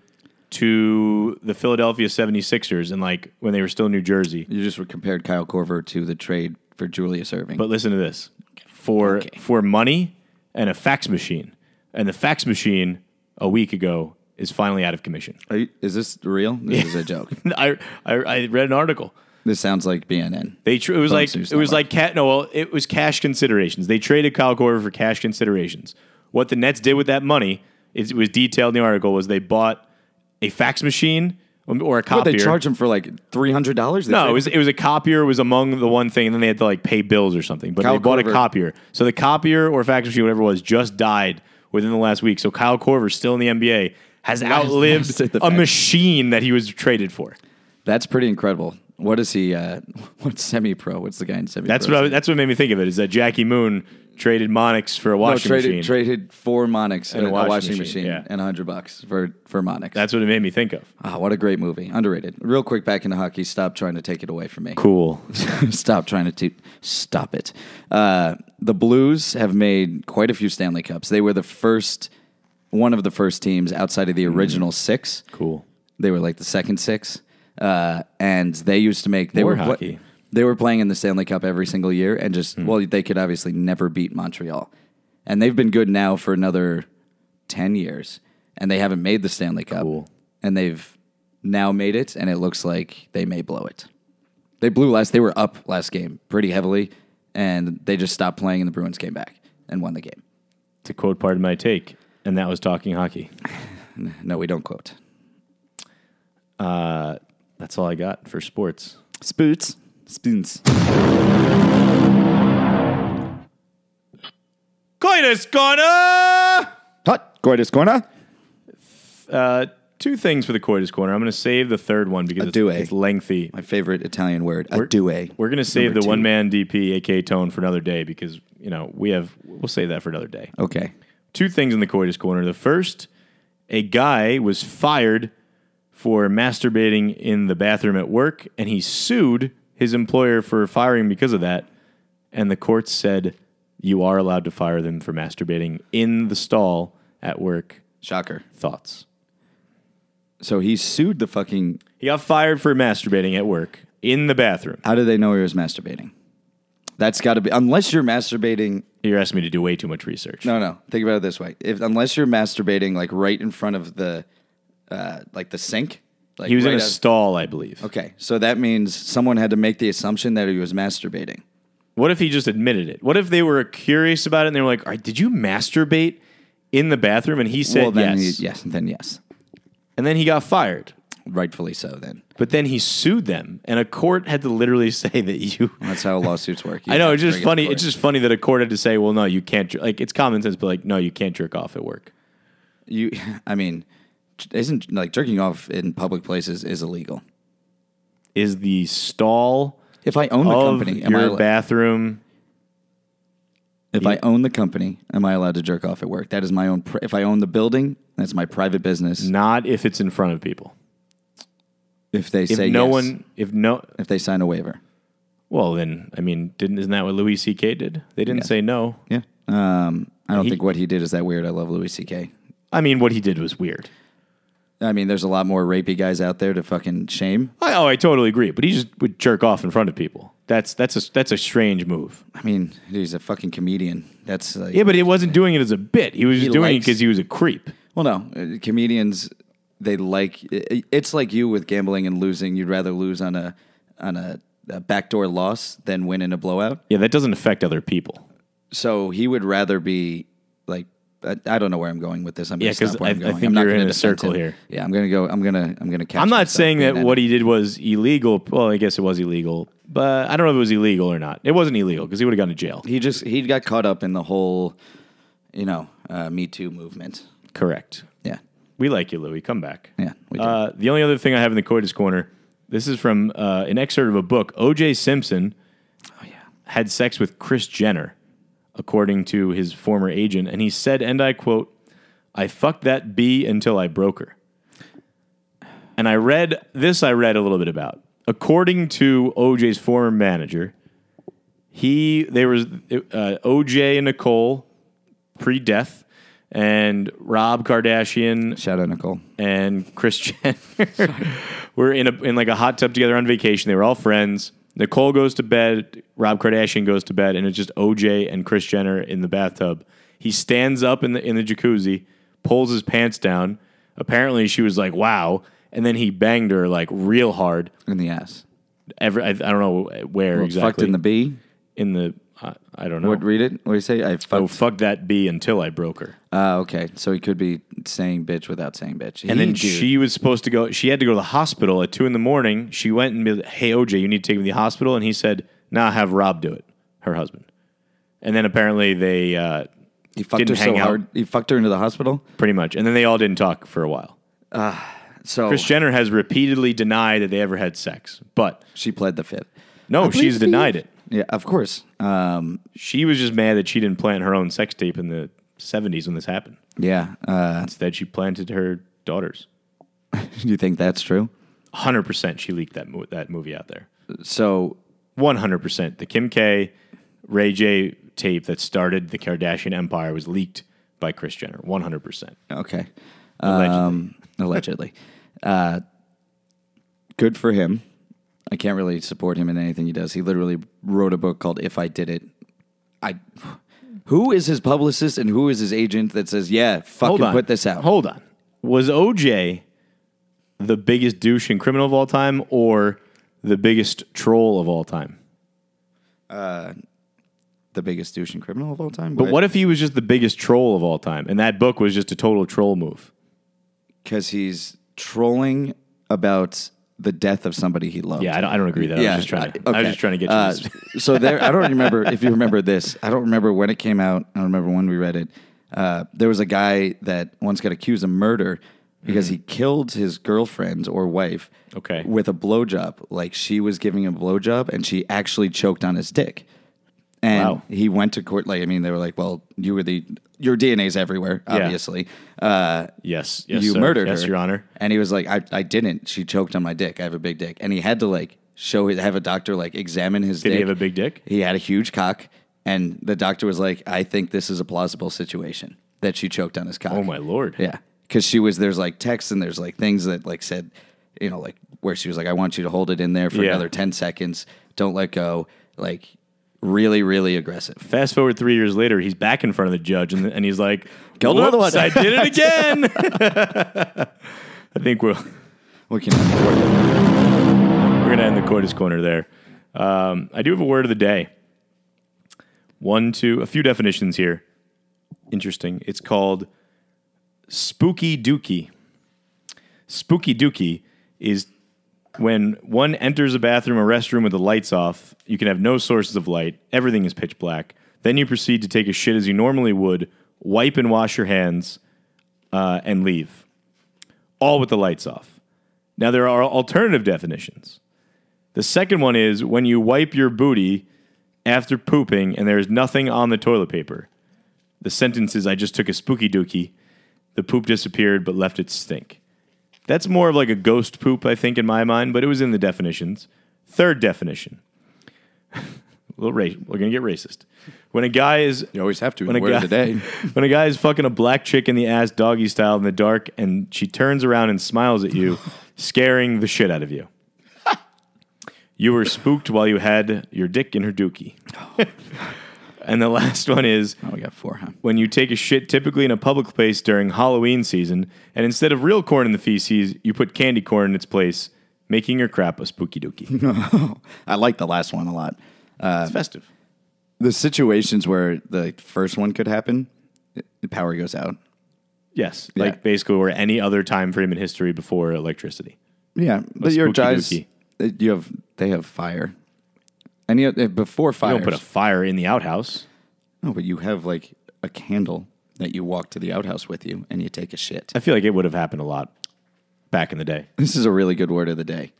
Speaker 3: to the Philadelphia 76ers and like when they were still in New Jersey.
Speaker 4: You just compared Kyle Corver to the trade for Julius Irving.
Speaker 3: But listen to this for
Speaker 4: Okay.
Speaker 3: for money and a fax machine, and the fax machine a week ago is finally out of commission.
Speaker 4: Are you, is this real? This is a joke.
Speaker 3: I, I I read an article.
Speaker 4: This sounds like BNN.
Speaker 3: They tr- it was
Speaker 4: Bum
Speaker 3: like
Speaker 4: suits
Speaker 3: it was
Speaker 4: not
Speaker 3: like cat. No, well, it was cash considerations. They traded Kyle Korver for cash considerations. What the Nets did with that money, it, it was detailed in the article, was they bought a fax machine or a copier.
Speaker 4: But they charge him for like three hundred dollars.
Speaker 3: No, it was it was a copier was among the one thing, and then they had to like pay bills or something. But
Speaker 4: Kyle
Speaker 3: they bought a
Speaker 4: Korver.
Speaker 3: copier, so the copier or fax machine, whatever it was, just died within the last week. So Kyle Korver, still in the NBA, has outlived
Speaker 4: lasted the
Speaker 3: a
Speaker 4: fax-
Speaker 3: machine that he was traded for.
Speaker 4: That's pretty incredible. What is he? Uh, what's semi pro? What's the guy in semi pro?
Speaker 3: That's what I, that's what made me think of it is that Jackie Moon traded Monix for a
Speaker 4: no,
Speaker 3: washing
Speaker 4: traded
Speaker 3: machine.
Speaker 4: traded four Monix and, a washing, machine,
Speaker 3: yeah.
Speaker 4: and a hundred bucks for for Monix.
Speaker 3: that's what it made me think of.
Speaker 4: Ah, what a great movie. Underrated. Real quick, back into hockey. Stop trying to take it away from me.
Speaker 3: Cool.
Speaker 4: stop trying to toot. Stop it. Uh, the Blues have made quite a few Stanley Cups. They were the first, one of the first teams outside of the
Speaker 3: Mm-hmm.
Speaker 4: original six.
Speaker 3: Cool.
Speaker 4: They were like the second six, uh, and they used to make they
Speaker 3: More
Speaker 4: were pla-
Speaker 3: hockey.
Speaker 4: they were playing in the Stanley Cup every single year, and just well, they could obviously never beat Montreal, and they've been good now for another ten years, and they haven't made the Stanley Cup,
Speaker 3: Cool.
Speaker 4: and they've now made it, and it looks like they may blow it. They blew last; they were up last game pretty heavily, and they just stopped playing, and the Bruins came back and won the game.
Speaker 3: To quote part of my take, and that was talking hockey.
Speaker 4: No, we don't quote
Speaker 3: That's all I got for sports.
Speaker 4: spoots spoons.
Speaker 3: Coitus corner.
Speaker 4: Hot coitus corner.
Speaker 3: Uh, two things for the coitus corner. I'm going to save the third one because it's,
Speaker 4: duet.
Speaker 3: it's lengthy.
Speaker 4: My favorite Italian word, a duet.
Speaker 3: We're going to save
Speaker 4: Number
Speaker 3: the
Speaker 4: two.
Speaker 3: one man DP, aka Tone, for another day because you know we have. We'll save that for another day.
Speaker 4: Okay.
Speaker 3: Two things in the coitus corner. The first, a guy was fired for masturbating in the bathroom at work, and he sued his employer for firing because of that. And the courts said you are allowed to fire them for masturbating in the stall at work.
Speaker 4: Shocker.
Speaker 3: Thoughts.
Speaker 4: So he sued the fucking.
Speaker 3: He got fired for masturbating at work in the bathroom.
Speaker 4: How did they know he was masturbating? That's got to be unless you're masturbating.
Speaker 3: You're asking me to do way too much research.
Speaker 4: No, no. Think about it this way: if unless you're masturbating like right in front of the, uh, like the sink. Like
Speaker 3: he was
Speaker 4: right
Speaker 3: in a
Speaker 4: out-
Speaker 3: stall, I believe.
Speaker 4: Okay, so that means someone had to make the assumption that he was masturbating.
Speaker 3: What if he just admitted it? What if they were curious about it and they were like, All right, "Did you masturbate in the bathroom?" And he said
Speaker 4: well, then
Speaker 3: yes,
Speaker 4: he, yes, then yes,
Speaker 3: and then he got fired.
Speaker 4: rightfully so. Then
Speaker 3: But then he sued them, and a court had to literally say that you.
Speaker 4: that's how lawsuits work. You
Speaker 3: I know
Speaker 4: have
Speaker 3: it's
Speaker 4: to
Speaker 3: just
Speaker 4: bring it to
Speaker 3: funny.
Speaker 4: court.
Speaker 3: It's just funny that a court had to say, "Well, no, you can't." jer- Like it's common sense, but like, no, you can't jerk off at work.
Speaker 4: you. I mean, isn't like jerking off in public places is illegal.
Speaker 3: Is the stall
Speaker 4: If I own the
Speaker 3: of
Speaker 4: company, am I
Speaker 3: your
Speaker 4: li-
Speaker 3: bathroom?
Speaker 4: If I own the company, am I allowed to jerk off at work? That is my own. Pri- if I own the building, that's my private business.
Speaker 3: Not if it's in front of people.
Speaker 4: If they
Speaker 3: If
Speaker 4: say
Speaker 3: no
Speaker 4: yes,
Speaker 3: one, if no,
Speaker 4: if they sign a waiver,
Speaker 3: Well, then, I mean, didn't isn't that what Louis C.K. did? They didn't say no.
Speaker 4: yeah. Um, I don't
Speaker 3: He-
Speaker 4: think what he did is that weird. I love Louis C.K.
Speaker 3: I mean, what he did was weird.
Speaker 4: I mean, there's a lot more rapey guys out there to fucking shame.
Speaker 3: I, oh, I totally agree. But he just would jerk off in front of people. That's that's a that's a strange move.
Speaker 4: I mean, he's a fucking comedian. That's like,
Speaker 3: Yeah, but he wasn't doing it as a bit. He was just
Speaker 4: He
Speaker 3: doing it
Speaker 4: likes-
Speaker 3: because he was a creep.
Speaker 4: well, no, uh, comedians they like i- it's like you with gambling and losing. You'd rather lose on a on a, a backdoor loss than win in a blowout.
Speaker 3: Yeah, that doesn't affect other people.
Speaker 4: so he would rather be like I, I don't know where I'm going with this. I'm
Speaker 3: Yeah,
Speaker 4: gonna
Speaker 3: 'cause
Speaker 4: stop where
Speaker 3: I-
Speaker 4: I'm
Speaker 3: I
Speaker 4: going.
Speaker 3: think
Speaker 4: I'm not
Speaker 3: you're
Speaker 4: gonna
Speaker 3: in a
Speaker 4: defend
Speaker 3: circle
Speaker 4: him.
Speaker 3: here.
Speaker 4: Yeah, I'm gonna go. I'm gonna. I'm gonna catch.
Speaker 3: I'm not saying that what he did was illegal. Well, I guess it was illegal, but I don't know if it was illegal or not. It wasn't illegal because he would have gone to jail.
Speaker 4: he just he got caught up in the whole, you know, uh, Me Too movement.
Speaker 3: Correct.
Speaker 4: Yeah,
Speaker 3: We like you, Louis. Come back.
Speaker 4: yeah. We do.
Speaker 3: Uh, the only other thing I have in the coitus corner, this is from uh, an excerpt of a book. O.J. Simpson
Speaker 4: Oh,
Speaker 3: had sex with Chris Jenner, according to his former agent, and he said, and I quote, "I fucked that bee until I broke her." And I read this. I read a little bit about. According to O.J.'s former manager, he there was uh, O.J. and Nicole pre-death, and Rob Kardashian
Speaker 4: Shout out Nicole.
Speaker 3: and Chris Jenner were in a in like a hot tub together on vacation. They were all friends. Nicole goes to bed, Rob Kardashian goes to bed, and it's just OJ and Chris Jenner in the bathtub. He stands up in the in the jacuzzi, pulls his pants down. Apparently, she was like, "Wow," and then he banged her like real hard.
Speaker 4: in the ass.
Speaker 3: Every I, I don't know where
Speaker 4: Well,
Speaker 3: exactly
Speaker 4: Fucked in the B.
Speaker 3: in the I, I don't know.
Speaker 4: What read it? What do you say? I
Speaker 3: oh,
Speaker 4: fucked.
Speaker 3: fuck that bee until I broke her.
Speaker 4: Ah, okay. So he could be saying bitch without saying bitch.
Speaker 3: And then
Speaker 4: He, dude.
Speaker 3: she was supposed to go. She had to go to the hospital at two in the morning. She went and be "Hey OJ, you need to take me to the hospital." And he said, "Nah, have Rob do it." Her husband. And then apparently they uh,
Speaker 4: he fucked
Speaker 3: didn't
Speaker 4: her so
Speaker 3: hang out.
Speaker 4: hard. He fucked her into the hospital.
Speaker 3: pretty much, and then they all didn't talk for a while.
Speaker 4: So
Speaker 3: Kris Jenner has repeatedly denied that they ever had sex, but
Speaker 4: she pled the fifth.
Speaker 3: no,
Speaker 4: I
Speaker 3: she's
Speaker 4: plead the
Speaker 3: denied
Speaker 4: fifth.
Speaker 3: it.
Speaker 4: Yeah, of course. Um,
Speaker 3: She was just mad that she didn't plant her own sex tape in the '70s when this happened.
Speaker 4: yeah. Uh,
Speaker 3: Instead, she planted her daughter's.
Speaker 4: do you think that's true?
Speaker 3: 100 percent, she leaked that mo- that movie out there.
Speaker 4: So
Speaker 3: One hundred percent. The Kim K, Ray J tape that started the Kardashian empire was leaked by Chris Jenner. One hundred percent.
Speaker 4: okay.
Speaker 3: Allegedly.
Speaker 4: Um, allegedly. uh, good for him. I can't really support him in anything he does. He literally wrote a book called "If I Did It." I. Who is his publicist and who is his agent that says, "Yeah,
Speaker 3: Hold
Speaker 4: fucking
Speaker 3: on.
Speaker 4: put this out"?
Speaker 3: Hold on. Was OJ the biggest douche and criminal of all time, or the biggest troll of all time?
Speaker 4: the biggest douche and criminal of all time.
Speaker 3: But what if he was just the biggest troll of all time, and that book was just a total troll move?
Speaker 4: Because he's trolling about the death of somebody he loved.
Speaker 3: Yeah, I don't, I don't agree with that. I was just trying to. I was
Speaker 4: okay.
Speaker 3: just trying to get you.
Speaker 4: Uh,
Speaker 3: this.
Speaker 4: so there, I don't remember if you remember this. I don't remember when it came out. I don't remember when we read it. Uh, there was a guy that once got accused of murder because he killed his girlfriend or wife.
Speaker 3: Mm-hmm. Okay.
Speaker 4: With a blowjob, like she was giving him a blowjob, and she actually choked on his dick. And
Speaker 3: Wow.
Speaker 4: he went to court. Like I mean, they were like, "Well, you were the your DNA's everywhere, obviously." Uh,
Speaker 3: yes, yes,
Speaker 4: you
Speaker 3: sir.
Speaker 4: murdered
Speaker 3: yes,
Speaker 4: her.
Speaker 3: Your Honor.
Speaker 4: And he was like, I, I didn't. She choked on my dick. I have a big dick. And he had to like show it, have a doctor like examine his
Speaker 3: Did
Speaker 4: dick.
Speaker 3: he have a big dick?
Speaker 4: He had a huge cock. And the doctor was like, I think this is a plausible situation that she choked on his cock.
Speaker 3: Oh my lord.
Speaker 4: Yeah. Cause she was, there's like texts and there's like things that like said, you know, like where she was like, I want you to hold it in there for
Speaker 3: Yeah.
Speaker 4: another 10 seconds. Don't let go. Like really, really aggressive.
Speaker 3: Fast forward three years later, he's back in front of the judge, and, and he's like,
Speaker 4: Killed another
Speaker 3: "Whoops,
Speaker 4: one."
Speaker 3: I did it again." I think we'll,
Speaker 4: We can,
Speaker 3: we're going to end the coitus corner there. Um, I do have a word of the day. One, two, a few definitions here. Interesting. It's called spooky dookie. Spooky dookie is when one enters a bathroom or restroom with the lights off, you can have no sources of light, everything is pitch black. Then you proceed to take a shit as you normally would, wipe and wash your hands, uh, and leave. All with the lights off. Now, there are alternative definitions. The second one is when you wipe your booty after pooping and there is nothing on the toilet paper. The sentence is I just took a spooky dookie. The poop disappeared but left its stink. That's more of like a ghost poop, I think, in my mind, but it was in the definitions. Third definition. a little ra- we're gonna get racist. When a guy is
Speaker 4: you always have to.
Speaker 3: when a
Speaker 4: Word
Speaker 3: guy,
Speaker 4: of the day.
Speaker 3: when a guy is fucking a black chick in the ass doggy style in the dark and she turns around and smiles at you, scaring the shit out of you. you were spooked while you had your dick in her dookie. and the last one is
Speaker 4: Oh, we got four, huh?
Speaker 3: when you take a shit typically in a public place during Halloween season, and instead of real corn in the feces, you put candy corn in its place, making your crap a spooky dookie.
Speaker 4: I like the last one a lot.
Speaker 3: it's festive.
Speaker 4: the situations where the first one could happen, the power goes out.
Speaker 3: Yes,
Speaker 4: Yeah.
Speaker 3: like basically or any other time frame in history before electricity.
Speaker 4: Yeah, but your
Speaker 3: spooky
Speaker 4: guys, uh,
Speaker 3: dookie.
Speaker 4: you have they have fire. Any oth- uh, before
Speaker 3: You
Speaker 4: fire?
Speaker 3: don't put a fire in the outhouse.
Speaker 4: no, but you have like a candle that you walk to the outhouse with you, and you take a shit.
Speaker 3: I feel like it would have happened a lot back in the day.
Speaker 4: This is a really good word of the day.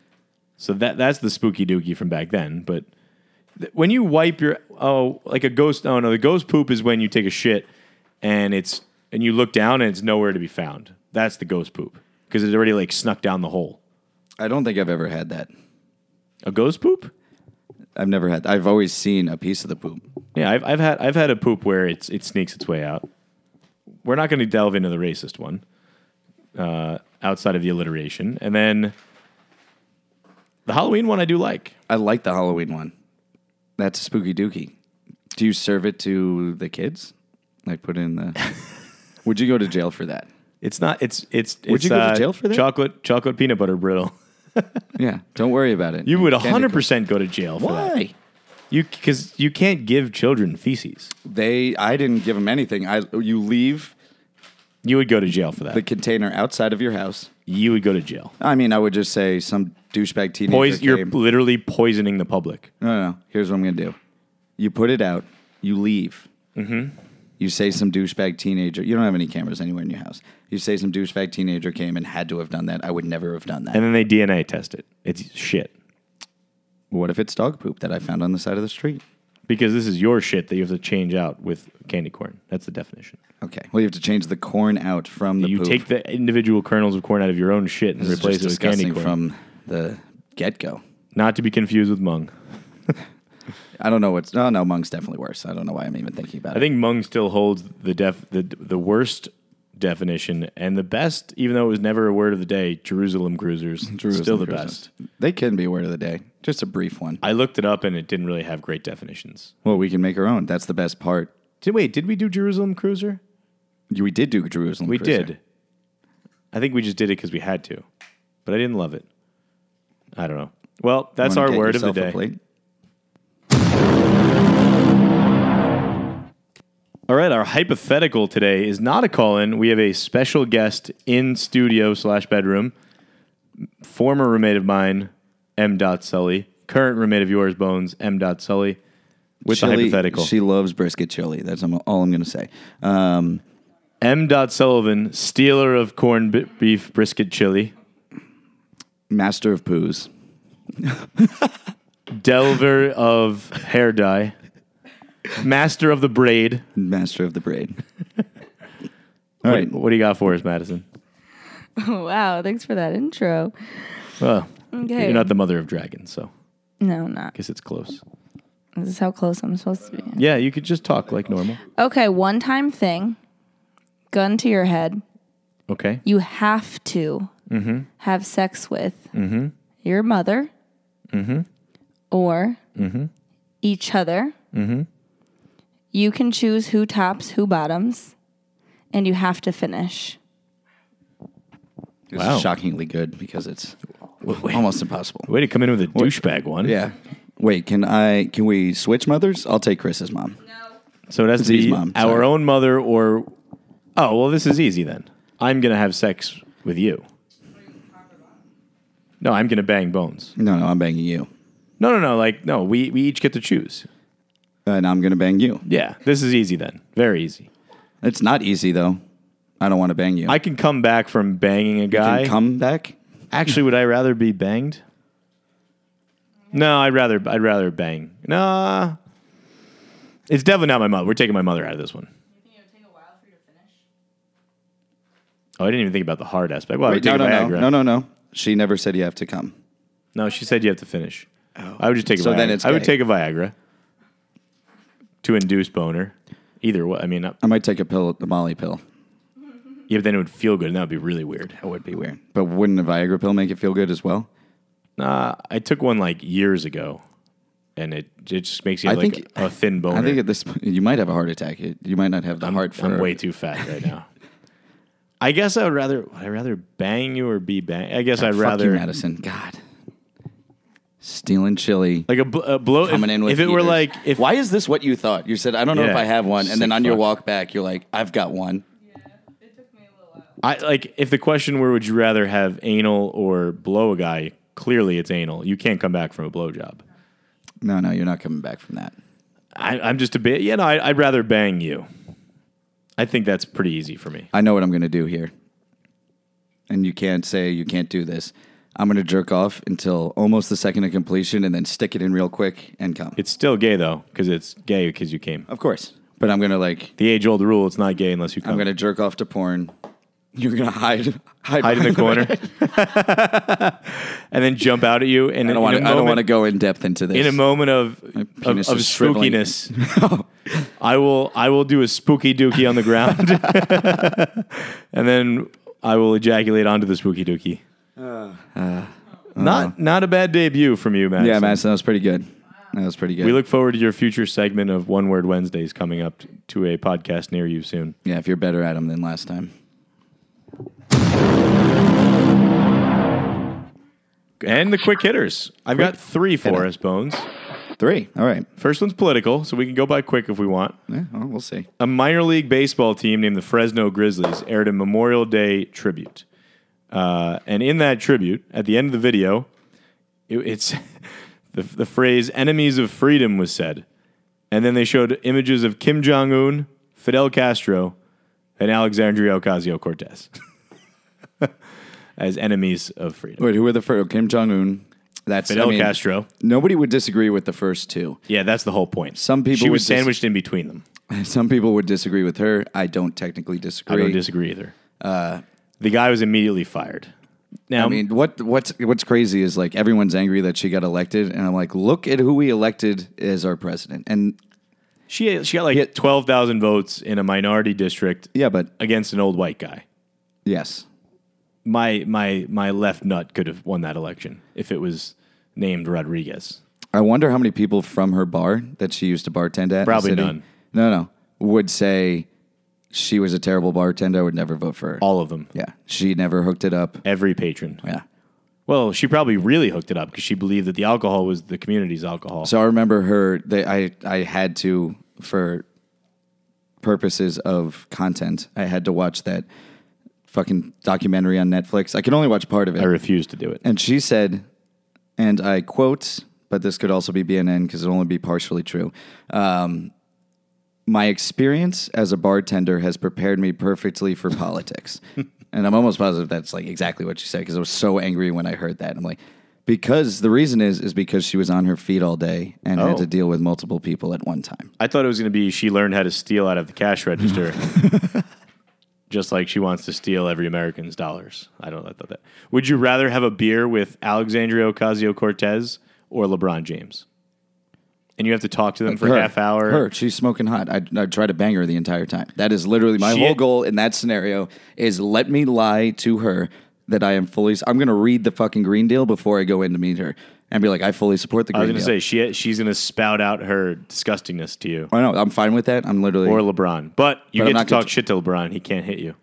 Speaker 3: So that that's the spooky dookie from back then. But th- when you wipe your oh like a ghost oh no the ghost poop is when you take a shit and it's and you look down and it's nowhere to be found. That's the ghost poop because it's already like snuck down the hole.
Speaker 4: I don't think I've ever had that.
Speaker 3: A ghost poop?
Speaker 4: I've never had. I've always seen a piece of the poop.
Speaker 3: Yeah, I've, I've had I've had a poop where it's it sneaks its way out. We're not going to delve into the racist one, uh, outside of the alliteration, and then The Halloween one I do like.
Speaker 4: I like the Halloween one. That's a spooky dookie. Do you serve it to the kids? Like put in the. Would you go to jail for that?
Speaker 3: It's not. It's it's.
Speaker 4: Would
Speaker 3: it's, uh,
Speaker 4: you go to jail for that?
Speaker 3: Chocolate chocolate peanut butter brittle.
Speaker 4: Yeah, don't worry about it.
Speaker 3: You would
Speaker 4: Candy
Speaker 3: hundred
Speaker 4: Crush.
Speaker 3: percent go to jail for that.
Speaker 4: Why?
Speaker 3: You because you can't give children feces.
Speaker 4: They, I didn't give them anything. I, you leave
Speaker 3: You would go to jail for that.
Speaker 4: the container outside of your house.
Speaker 3: you would go to jail.
Speaker 4: I mean, I would just say some douchebag teenager.
Speaker 3: Pois- you're
Speaker 4: came-
Speaker 3: literally poisoning the public.
Speaker 4: No, no, no. Here's what I'm going to do. You put it out, you leave. Mm-hmm. You say some douchebag teenager. You don't have any cameras anywhere in your house. You say some douchebag teenager came and had to have done that. I would never have done that.
Speaker 3: And then they DNA test it. It's shit
Speaker 4: what if it's dog poop that I found on the side of the street?
Speaker 3: because this is your shit that you have to change out with candy corn. That's the definition.
Speaker 4: Okay. Well, you have to change the corn out from the
Speaker 3: you
Speaker 4: poop.
Speaker 3: take the individual kernels of corn out of your own shit and
Speaker 4: This is
Speaker 3: replace
Speaker 4: just
Speaker 3: it with candy
Speaker 4: disgusting
Speaker 3: corn.
Speaker 4: from the get go.
Speaker 3: Not to be confused with mung.
Speaker 4: I don't know what's. oh, No, no, mung's definitely worse. I don't know why I'm even thinking about
Speaker 3: I
Speaker 4: it.
Speaker 3: think mung still holds the def the the worst definition and the best, even though it was never a word of the day. Jerusalem cruisers
Speaker 4: Drew is
Speaker 3: still the
Speaker 4: person.
Speaker 3: best.
Speaker 4: They can be word of the day. Just a brief one.
Speaker 3: I looked it up and it didn't really have great definitions.
Speaker 4: Well, we can make our own. That's the best part.
Speaker 3: Did wait? Did we do Jerusalem cruiser?
Speaker 4: We did do Jerusalem.
Speaker 3: We
Speaker 4: Cruiser.
Speaker 3: did. I think we just did it because we had to, but I didn't love it. I don't know. Well, that's
Speaker 4: Wanna
Speaker 3: our
Speaker 4: get
Speaker 3: word of the
Speaker 4: yourself a
Speaker 3: day.
Speaker 4: plate?
Speaker 3: All right, our hypothetical today is not a call in. We have a special guest in studio slash bedroom, former roommate of mine, M. Dot Sully, current roommate of yours, Bones, M. Dot Sully, with the
Speaker 4: Chili-
Speaker 3: hypothetical.
Speaker 4: She loves brisket chili. That's am- all I'm going to say. Um,
Speaker 3: M. Dot Sullivan, stealer of corned b- beef brisket chili,
Speaker 4: master of poos.
Speaker 3: delver of hair dye, master of the braid.
Speaker 4: Master of the braid. all right.
Speaker 3: What do you got for us, Madison?
Speaker 5: Wow, thanks for that intro.
Speaker 3: Well,
Speaker 5: Okay.
Speaker 3: you're not the mother of dragons, so
Speaker 5: No, I'm not.
Speaker 3: I guess it's close.
Speaker 5: This is how close I'm supposed to be.
Speaker 3: Yeah, you could just talk like normal.
Speaker 5: Okay, one time thing. Gun to your head.
Speaker 3: Okay.
Speaker 5: You have to have sex with your mother or each other. You can choose who tops, who bottoms, and you have to finish.
Speaker 4: This
Speaker 3: Wow.
Speaker 4: is shockingly good because it's almost impossible.
Speaker 3: Way to come in with a douchebag one.
Speaker 4: Yeah. Wait, can I? Can we switch mothers? I'll take Chris's mom.
Speaker 3: So it has to
Speaker 4: Z's
Speaker 3: be
Speaker 4: mom,
Speaker 3: our
Speaker 4: sorry.
Speaker 3: own mother or oh well this is easy then. I'm gonna have sex with you. No, I'm gonna bang bones.
Speaker 4: No, no, I'm banging you,
Speaker 3: No, no, no. Like no, we we each get to choose.
Speaker 4: and I'm going to bang you.
Speaker 3: Yeah, this is easy then. Very easy.
Speaker 4: It's not easy though. I don't want to bang you.
Speaker 3: I can come back from banging a guy.
Speaker 4: can come back.
Speaker 3: Actually, would I rather be banged? No, I'd rather I'd rather bang. Nah, it's definitely not my mother. We're taking my mother out of this one. Oh, I didn't even think about the hard aspect. Well, I would
Speaker 4: Wait, no,
Speaker 3: take
Speaker 4: no, no,
Speaker 3: Oh, Viagra.
Speaker 4: no, no, no. She never said you have to come.
Speaker 3: No, she said you have to finish. I would just take a
Speaker 4: Oh. So
Speaker 3: Viagra.
Speaker 4: then it's
Speaker 3: I would
Speaker 4: gay.
Speaker 3: take a Viagra to induce boner. Either way, I mean, not,
Speaker 4: I might take a pill, a Molly pill.
Speaker 3: yeah, but then it would feel good, and that would be really weird.
Speaker 4: That would be weird. But wouldn't a Viagra pill make it feel good as well?
Speaker 3: Nah, I took one like years ago, and it it just makes you
Speaker 4: I
Speaker 3: have, like
Speaker 4: think-
Speaker 3: a thin boner.
Speaker 4: I think at this point, you might have a heart attack. You- You might not have the heart for.
Speaker 3: I'm way too fat right now. I guess I would rather would I rather bang you or be bang. I guess I'd
Speaker 4: Fuck
Speaker 3: rather
Speaker 4: you, Madison. God, stealing chili.
Speaker 3: like a, bl- a blow. If,
Speaker 4: Coming in with
Speaker 3: if it were
Speaker 4: heaters.
Speaker 3: like if
Speaker 4: why is this what you thought? You said I don't know if
Speaker 3: Yeah.
Speaker 4: I have one, and then
Speaker 3: Sick
Speaker 4: on your
Speaker 3: fuck.
Speaker 4: walk back, you're like, I've got one.
Speaker 3: I like if the question were would you rather have anal or blow a guy? Clearly, it's anal. You can't come back from a blowjob.
Speaker 4: No, no, you're not coming back from that.
Speaker 3: I, I'm just a bit. You know, I, I'd rather bang you. I think that's pretty easy for me.
Speaker 4: I know what I'm going to do here. And you can't say you can't do this. I'm going to jerk off until almost the second of completion and then stick it in real quick and come.
Speaker 3: It's still gay though, because it's gay because you came.
Speaker 4: of course. But I'm going to like,
Speaker 3: The age old rule: it's not gay unless you come.
Speaker 4: I'm going to jerk off to porn. You're going to hide, hide,
Speaker 3: hide in the
Speaker 4: behind
Speaker 3: corner, and then jump out at you. And
Speaker 4: I don't want to, I don't want to go in depth into this.
Speaker 3: in a moment of of, of
Speaker 4: penis is shriveling.
Speaker 3: spookiness, I will I will do a spooky dookie on the ground,
Speaker 4: Uh.
Speaker 3: and then I will ejaculate onto the spooky dookie. Uh, Not not a bad debut from you, Madison.
Speaker 4: Yeah, Madison, that was pretty good. That was pretty good.
Speaker 3: We look forward to your future segment of One Word Wednesdays coming up t- to a podcast near you soon.
Speaker 4: yeah, if you're better at them than last time.
Speaker 3: And the quick hitters. I've got three for us, Bones.
Speaker 4: Three. All right.
Speaker 3: First one's political, so we can go by quick if we want.
Speaker 4: Yeah, well, we'll see.
Speaker 3: A minor league baseball team named the Fresno Grizzlies aired a Memorial Day tribute. Uh, and in that tribute, at the end of the video, it, it's the, the phrase enemies of freedom was said. And then they showed images of Kim Jong un, Fidel Castro, and Alexandria Ocasio Cortez as enemies of freedom.
Speaker 4: Wait, who were the first? Kim Jong Un. That's I
Speaker 3: Fidel
Speaker 4: mean,
Speaker 3: Castro.
Speaker 4: Nobody would disagree with the first two.
Speaker 3: Yeah, that's the whole point.
Speaker 4: Some people
Speaker 3: she
Speaker 4: would
Speaker 3: was
Speaker 4: dis-
Speaker 3: sandwiched in between them.
Speaker 4: Some people would disagree with her. I don't technically disagree.
Speaker 3: I don't disagree either. the guy was immediately fired. Now,
Speaker 4: Uh, I mean, what what's what's crazy is like everyone's angry that she got elected, and I'm like, look at who we elected as our president. And
Speaker 3: she she got like twelve thousand votes in a minority district
Speaker 4: yeah, but
Speaker 3: against an old white guy.
Speaker 4: yes,
Speaker 3: My my my left nut could have won that election if it was named Rodriguez.
Speaker 4: I wonder how many people from her bar that she used to bartend at. in the
Speaker 3: Probably
Speaker 4: city-
Speaker 3: none.
Speaker 4: No, no, would say she was a terrible bartender. I would never vote for her.
Speaker 3: All of them,
Speaker 4: yeah, she never hooked it up.
Speaker 3: every patron.
Speaker 4: Yeah.
Speaker 3: Well, she probably really hooked it up because she believed that the alcohol was the community's alcohol.
Speaker 4: So I remember her. They, I I had to for purposes of content. I had to watch that fucking documentary on Netflix. I can only watch part of it.
Speaker 3: I refused to do it.
Speaker 4: And she said, and I quote, but this could also be BNN because it'll only be partially true. Um, my experience as a bartender has prepared me perfectly for politics. and I'm almost positive that's like exactly what she said because I was so angry when I heard that. I'm like, because the reason is is because she was on her feet all day and
Speaker 3: Oh.
Speaker 4: had to deal with multiple people at one time.
Speaker 3: I thought it was going to be she learned how to steal out of the cash register, just like she wants to steal every American's dollars. I don't. I thought that. Would you rather have a beer with Alexandria Ocasio Cortez or LeBron James? And you have to talk to them for
Speaker 4: Her.
Speaker 3: half hour.
Speaker 4: Her, she's smoking hot. I I try to bang her the entire time. That is literally my
Speaker 3: She-
Speaker 4: whole goal in that scenario. Is let me lie to her that I am fully. I'm going to read the fucking Green Deal before I go in to meet her and be like, I fully support the
Speaker 3: I was
Speaker 4: Green
Speaker 3: going to
Speaker 4: Deal.
Speaker 3: say she she's going to spout out her disgustingness to you
Speaker 4: I know. I'm fine with that. I'm literally
Speaker 3: or LeBron, but you get
Speaker 4: But I'm
Speaker 3: to
Speaker 4: not gonna
Speaker 3: talk
Speaker 4: t-
Speaker 3: shit to LeBron. He can't hit you.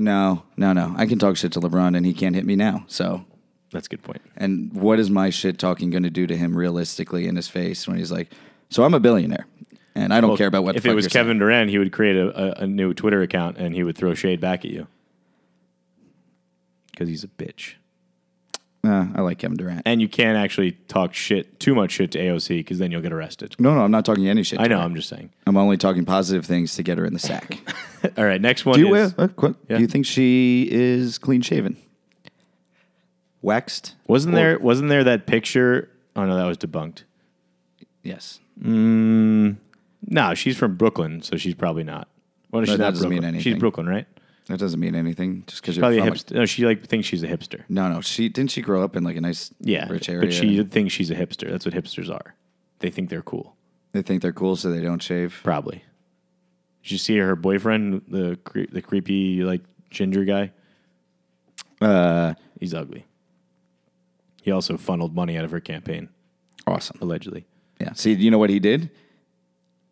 Speaker 4: no, no, no. I can talk shit to LeBron and he can't hit me now. So.
Speaker 3: That's a good point.
Speaker 4: And what is my shit talking going to do to him realistically in his face when he's like, "So I'm a billionaire, and I don't care about what."
Speaker 3: if
Speaker 4: the
Speaker 3: it
Speaker 4: fuck
Speaker 3: was
Speaker 4: you're saying."
Speaker 3: Kevin Durant, he would create a, a, a new Twitter account and he would throw shade back at you because he's a bitch.
Speaker 4: Uh, I like Kevin Durant.
Speaker 3: And you can't actually talk shit too much shit to AOC because then you'll get arrested.
Speaker 4: No, no, I'm not talking any shit.
Speaker 3: I
Speaker 4: to
Speaker 3: know.
Speaker 4: her.
Speaker 3: I'm just saying.
Speaker 4: I'm only talking positive things to get her in the sack.
Speaker 3: All right, next one.
Speaker 4: Do you,
Speaker 3: is,
Speaker 4: uh, quick,
Speaker 3: Yeah.
Speaker 4: do you think she is clean shaven? Waxed?
Speaker 3: wasn't there wasn't there that picture? Oh no, that was debunked.
Speaker 4: Yes.
Speaker 3: No, she's from Brooklyn, so she's probably not. Well, she's
Speaker 4: that
Speaker 3: not
Speaker 4: doesn't mean
Speaker 3: Brooklyn. She's
Speaker 4: anything.
Speaker 3: Brooklyn, right?
Speaker 4: That doesn't mean anything. Just because you're
Speaker 3: Probably a
Speaker 4: from a-
Speaker 3: hipster. No, she like thinks she's a hipster.
Speaker 4: no, no. She didn't she grow up in like a nice
Speaker 3: Yeah,
Speaker 4: rich area.
Speaker 3: but she thinks she's a hipster. That's what hipsters are. They think they're cool.
Speaker 4: they think they're cool, so they don't shave.
Speaker 3: Probably. Did you see her boyfriend, the cre- the creepy like ginger guy?
Speaker 4: Uh,
Speaker 3: He's ugly. He also funneled money out of her campaign,
Speaker 4: awesome.
Speaker 3: allegedly.
Speaker 4: Yeah. See, you know what he did?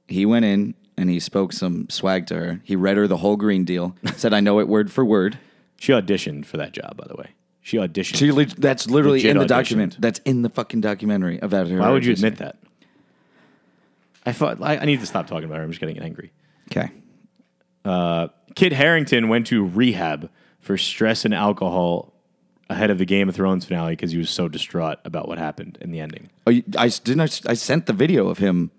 Speaker 4: He went in and he spoke some swag to her. He read her the whole Green Deal. said, "I know it word for word."
Speaker 3: She auditioned for that job, by the way. She auditioned.
Speaker 4: She, leg- that's literally
Speaker 3: Legit
Speaker 4: in the
Speaker 3: auditioned.
Speaker 4: document. That's in the fucking documentary about her.
Speaker 3: Why would you
Speaker 4: audition.
Speaker 3: admit that? I thought I, I need to stop talking about her. I'm just getting angry.
Speaker 4: Okay.
Speaker 3: Kit Harrington went to rehab for stress and alcohol ahead of the Game of Thrones finale because he was so distraught about what happened in the ending,
Speaker 4: Oh, you, I s- didn't. I, s- I sent the video of him.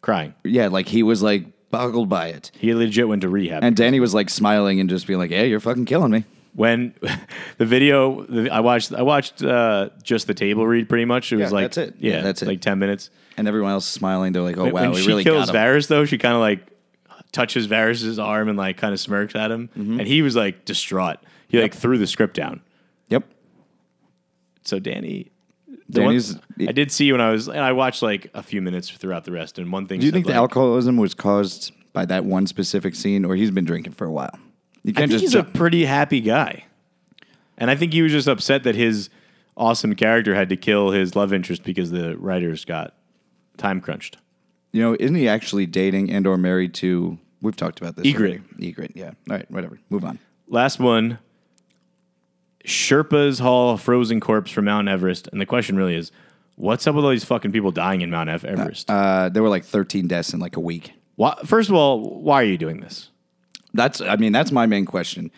Speaker 3: crying.
Speaker 4: Yeah, like he was like boggled by it,
Speaker 3: He legit went to rehab.
Speaker 4: and Danny was like smiling and just being like, "Yeah, you're fucking killing me."
Speaker 3: when the video the, I watched, I watched uh, just the table read pretty much. It was
Speaker 4: Yeah,
Speaker 3: like
Speaker 4: that's it.
Speaker 3: Yeah,
Speaker 4: Yeah, that's it.
Speaker 3: Like ten minutes.
Speaker 4: And everyone else smiling. They're like, "Oh
Speaker 3: When-
Speaker 4: wow,
Speaker 3: when
Speaker 4: we
Speaker 3: she
Speaker 4: really
Speaker 3: kills
Speaker 4: got him."
Speaker 3: Varys, though, she kind of like touches Varys's arm and like kind of smirks at him,
Speaker 4: Mm-hmm.
Speaker 3: and he was like distraught. He like threw the script down.
Speaker 4: Yep.
Speaker 3: So Danny, the one-
Speaker 4: Danny's.
Speaker 3: I did see when I was, and I watched like a few minutes throughout the rest. And one thing,
Speaker 4: do you
Speaker 3: said,
Speaker 4: think the
Speaker 3: like-
Speaker 4: alcoholism was caused by that one specific scene, or he's been drinking for a while? You
Speaker 3: I
Speaker 4: can't
Speaker 3: think
Speaker 4: just
Speaker 3: he's
Speaker 4: jump.
Speaker 3: a pretty happy guy, and I think he was just upset that his awesome character had to kill his love interest because the writers got time crunched.
Speaker 4: You know, isn't he actually dating and or married to? We've talked about this.
Speaker 3: Egret.
Speaker 4: already. Egret. Yeah. All right. Whatever. Move on.
Speaker 3: Last one. Sherpas haul a frozen corpse from Mount Everest, and the question really is, what's up with all these fucking people dying in Mount Ev- Everest?
Speaker 4: Uh, there were like 13 deaths in like a week.
Speaker 3: why, first of all, why are you doing this?
Speaker 4: That's. I mean, that's my main question.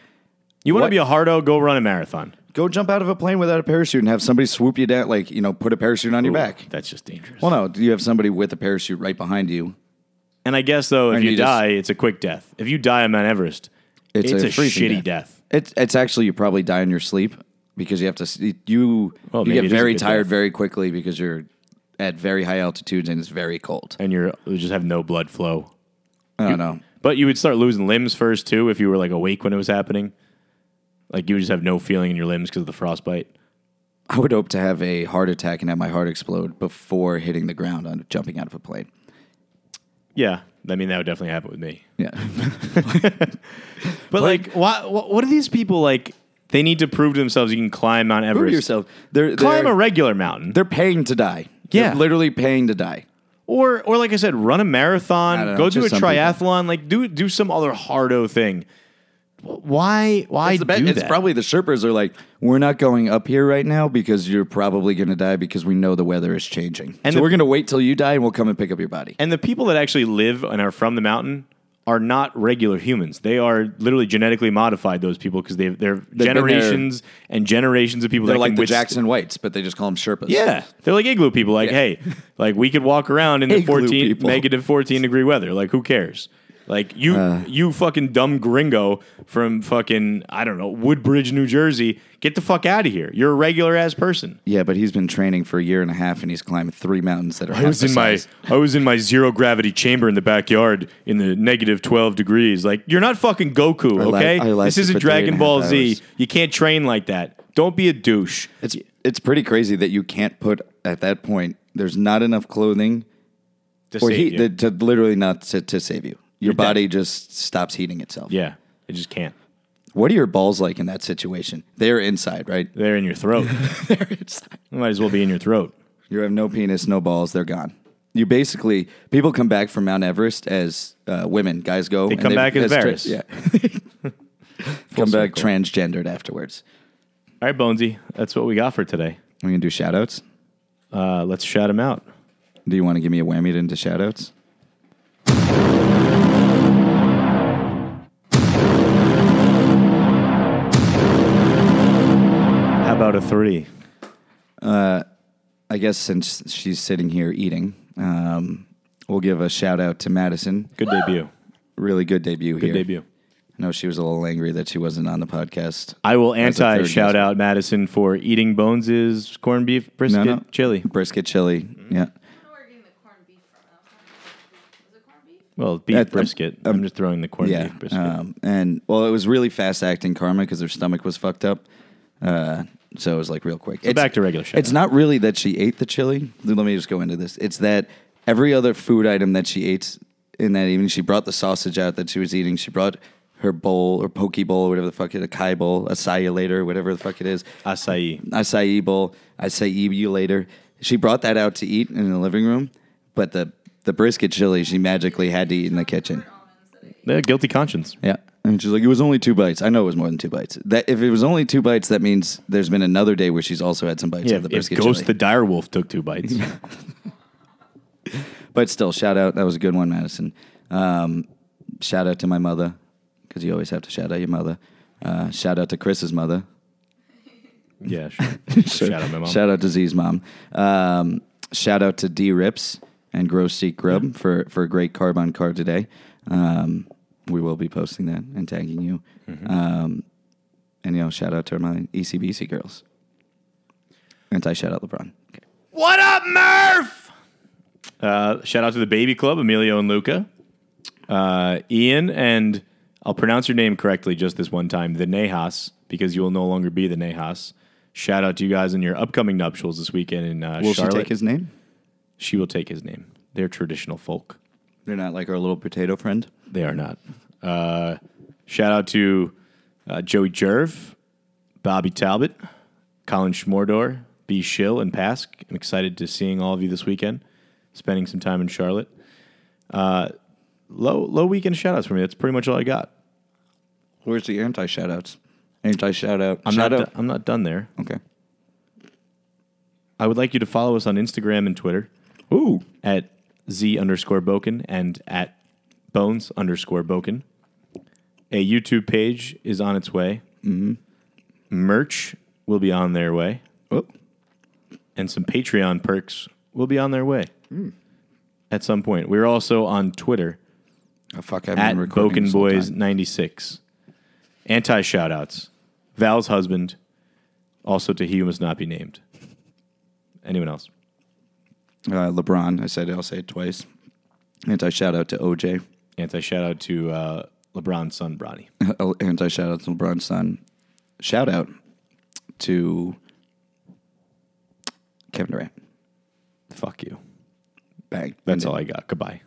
Speaker 3: You want to
Speaker 4: What-
Speaker 3: be a hardo? Go run a marathon.
Speaker 4: Go jump out of a plane without a parachute and have somebody swoop you down, like you know, put a parachute on your back.
Speaker 3: That's just dangerous.
Speaker 4: Well, no, do you have somebody with a parachute right behind you?
Speaker 3: and I guess though, if
Speaker 4: And
Speaker 3: you,
Speaker 4: you just-
Speaker 3: die, it's a quick death. If you die on Mount Everest, it's,
Speaker 4: It's
Speaker 3: a,
Speaker 4: a freezing
Speaker 3: shitty
Speaker 4: death.
Speaker 3: death.
Speaker 4: It's it's actually you probably die in your sleep because you have to s- you
Speaker 3: Well,
Speaker 4: you
Speaker 3: maybe it
Speaker 4: get
Speaker 3: is a
Speaker 4: very
Speaker 3: good
Speaker 4: tired
Speaker 3: death.
Speaker 4: very quickly because you're at very high altitudes and it's very cold.
Speaker 3: and you're you just have no blood flow.
Speaker 4: I don't know.
Speaker 3: But you would start losing limbs first too if you were like awake when it was happening. Like you would just have no feeling in your limbs because of the frostbite.
Speaker 4: I would hope to have a heart attack and have my heart explode before hitting the ground on jumping out of a plane.
Speaker 3: Yeah, I mean that would definitely happen with me.
Speaker 4: Yeah,
Speaker 3: But like, why, wh- what are these people like? They need to prove to themselves you can climb Mount
Speaker 4: Prove
Speaker 3: Everest.
Speaker 4: to yourself. They're,
Speaker 3: Climb
Speaker 4: they're,
Speaker 3: a regular mountain,
Speaker 4: they're paying to die. They're
Speaker 3: Yeah.
Speaker 4: literally paying to die.
Speaker 3: or or like I said, run a
Speaker 4: I don't
Speaker 3: marathon,
Speaker 4: know,
Speaker 3: go do a
Speaker 4: just some people.
Speaker 3: triathlon, like do do some other hardo thing. Wh- Why why
Speaker 4: It's, the best-
Speaker 3: do
Speaker 4: it's
Speaker 3: that?
Speaker 4: probably the Sherpas are like, we're not going up here right now because you're probably going to die because we know the weather is changing.
Speaker 3: And
Speaker 4: so
Speaker 3: the-
Speaker 4: we're going to wait till you die and we'll come and pick up your body.
Speaker 3: And the people that actually live and are from the mountain are not regular humans. They are literally genetically modified. Those people because they they're
Speaker 4: there.
Speaker 3: generations and generations of people.
Speaker 4: They're
Speaker 3: that
Speaker 4: like
Speaker 3: can
Speaker 4: the
Speaker 3: withst-
Speaker 4: Jackson Whites, but they just call them Sherpas.
Speaker 3: Yeah, they're like igloo people. Like, hey, like we could walk around in the
Speaker 4: Igloo
Speaker 3: fourteen
Speaker 4: people.
Speaker 3: negative fourteen degree weather. Like, who cares? Like you,
Speaker 4: Uh.
Speaker 3: you fucking dumb gringo from fucking I don't know Woodbridge, New Jersey. Get the fuck out of here. You're a regular ass person.
Speaker 4: Yeah, but he's been training for a year and a half and he's climbed three mountains that are
Speaker 3: I was in my
Speaker 4: size.
Speaker 3: I was in my zero gravity chamber in the backyard in the negative twelve degrees. Like you're not fucking Goku,
Speaker 4: I like-
Speaker 3: okay?
Speaker 4: I like
Speaker 3: this
Speaker 4: it
Speaker 3: isn't
Speaker 4: for three and a
Speaker 3: Dragon
Speaker 4: half
Speaker 3: Ball Z.
Speaker 4: hours.
Speaker 3: You can't train like that. Don't be a douche.
Speaker 4: It's it's pretty crazy that you can't put at that point. There's not enough clothing
Speaker 3: To
Speaker 4: or
Speaker 3: save
Speaker 4: heat
Speaker 3: you.
Speaker 4: that to literally not to, to save you. Your
Speaker 3: You're dead.
Speaker 4: body just stops heating itself.
Speaker 3: yeah, it just can't.
Speaker 4: What are your balls like in that situation? They're inside, right?
Speaker 3: They're in your throat.
Speaker 4: They're inside.
Speaker 3: Might as well be in your throat.
Speaker 4: You have no penis, no balls. They're gone. You basically people come back from Mount Everest as uh, women. Guys go. They
Speaker 3: come back as Varys.
Speaker 4: yeah. come back
Speaker 3: circle.
Speaker 4: transgendered afterwards.
Speaker 3: All right, Bonesy, that's what we got for today.
Speaker 4: We gonna do shout outs.
Speaker 3: Uh, let's shout him out.
Speaker 4: Do you want to give me a whammy into shout outs?
Speaker 3: How about a three?
Speaker 4: I guess since she's sitting here eating, um, we'll give a shout out to Madison.
Speaker 3: Good debut.
Speaker 4: Really good debut
Speaker 3: Good
Speaker 4: here.
Speaker 3: debut.
Speaker 4: I know she was a little angry that she wasn't on the podcast.
Speaker 3: I will
Speaker 4: That's a third
Speaker 3: anti shout
Speaker 4: guess.
Speaker 3: out Madison for eating Bones' corned beef brisket chili.
Speaker 4: Brisket chili.
Speaker 3: Mm-hmm.
Speaker 4: Yeah.
Speaker 3: Well, beef
Speaker 4: That- um,
Speaker 3: brisket. I'm just throwing the corned
Speaker 4: Yeah.
Speaker 3: beef brisket.
Speaker 4: Um, and well, it was really fast acting karma because her stomach was fucked up. Uh, so it was like real quick. it's,
Speaker 3: back to regular shout
Speaker 4: It's not really that she ate the chili. Let me just go into this. It's that every other food item that she ate in that evening, she brought the sausage out that she was eating. She brought her bowl or poke bowl or whatever the fuck it, a kai bowl, acai later, whatever the fuck it is.
Speaker 3: Acai.
Speaker 4: acai bowl. Acai you later. She brought that out to eat in the living room, but the the brisket chili she magically had to eat in the kitchen.
Speaker 3: Yeah, guilty conscience.
Speaker 4: Yeah. And she's like, it was only two bites. I know it was more than two bites. That if it was only two bites, that means there's been another day where she's also had some bites
Speaker 3: Yeah,
Speaker 4: of the
Speaker 3: if
Speaker 4: brisket
Speaker 3: Ghost the
Speaker 4: chili.
Speaker 3: Dire Wolf took two bites.
Speaker 4: but still, shout out. That was a good one, Madison. Um, shout out to my mother because you always have to shout out your mother. Uh, shout out to Chris's mother.
Speaker 3: yeah, sure. Shout out my mom.
Speaker 4: Shout out to Z's mom. Um, shout out to D Rips and Gross Seek Grub for for a great carb on carb today. Um, we will be posting that and tagging you.
Speaker 3: Mm-hmm.
Speaker 4: Um, and you know, shout out to my E ECBC girls. And I shout out LeBron. Okay.
Speaker 3: what up, Murph? Uh, shout out to the Baby Club, Emilio and Luca. Uh, Ian, and I'll pronounce your name correctly just this one time the Nejas, because you will no longer be the Nejas. Shout out to you guys in your upcoming nuptials this weekend in uh,
Speaker 4: Will
Speaker 3: Charlotte.
Speaker 4: she take his name?
Speaker 3: She will take his name. They're traditional folk.
Speaker 4: They're not like our little potato friend.
Speaker 3: They are not. Uh, shout out to uh, Joey Jerv, Bobby Talbot, Colin Schmordor, be Shill and Pask. I'm excited to seeing all of you this weekend, spending some time in Charlotte. Uh, low low weekend shout outs for me. That's pretty much all I got.
Speaker 4: Where's the anti shoutouts? Anti shout out.
Speaker 3: I'm
Speaker 4: shout
Speaker 3: not
Speaker 4: out.
Speaker 3: do- I'm not done there.
Speaker 4: Okay.
Speaker 3: I would like you to follow us on Instagram and Twitter
Speaker 4: Ooh.
Speaker 3: at z underscore boken and at bones underscore boken. A YouTube page is on its way. Mm-hmm. Merch will be on their way,
Speaker 4: Oh.
Speaker 3: and some Patreon perks will be on their way
Speaker 4: Hmm.
Speaker 3: at some point. We're also on Twitter
Speaker 4: Oh, fuck, I've
Speaker 3: at
Speaker 4: been recording
Speaker 3: Boken
Speaker 4: this whole
Speaker 3: Boys
Speaker 4: time.
Speaker 3: ninety six. Anti shoutouts. Val's husband, also to he who must not be named. Anyone else?
Speaker 4: Uh, LeBron. I said it. I'll say it twice. Anti shout out to OJ.
Speaker 3: Anti shout out to uh, LeBron's son, Bronny.
Speaker 4: Anti shout out to LeBron's son. Shout out to Kevin Durant.
Speaker 3: Fuck you.
Speaker 4: Bang.
Speaker 3: That's all I got. Goodbye.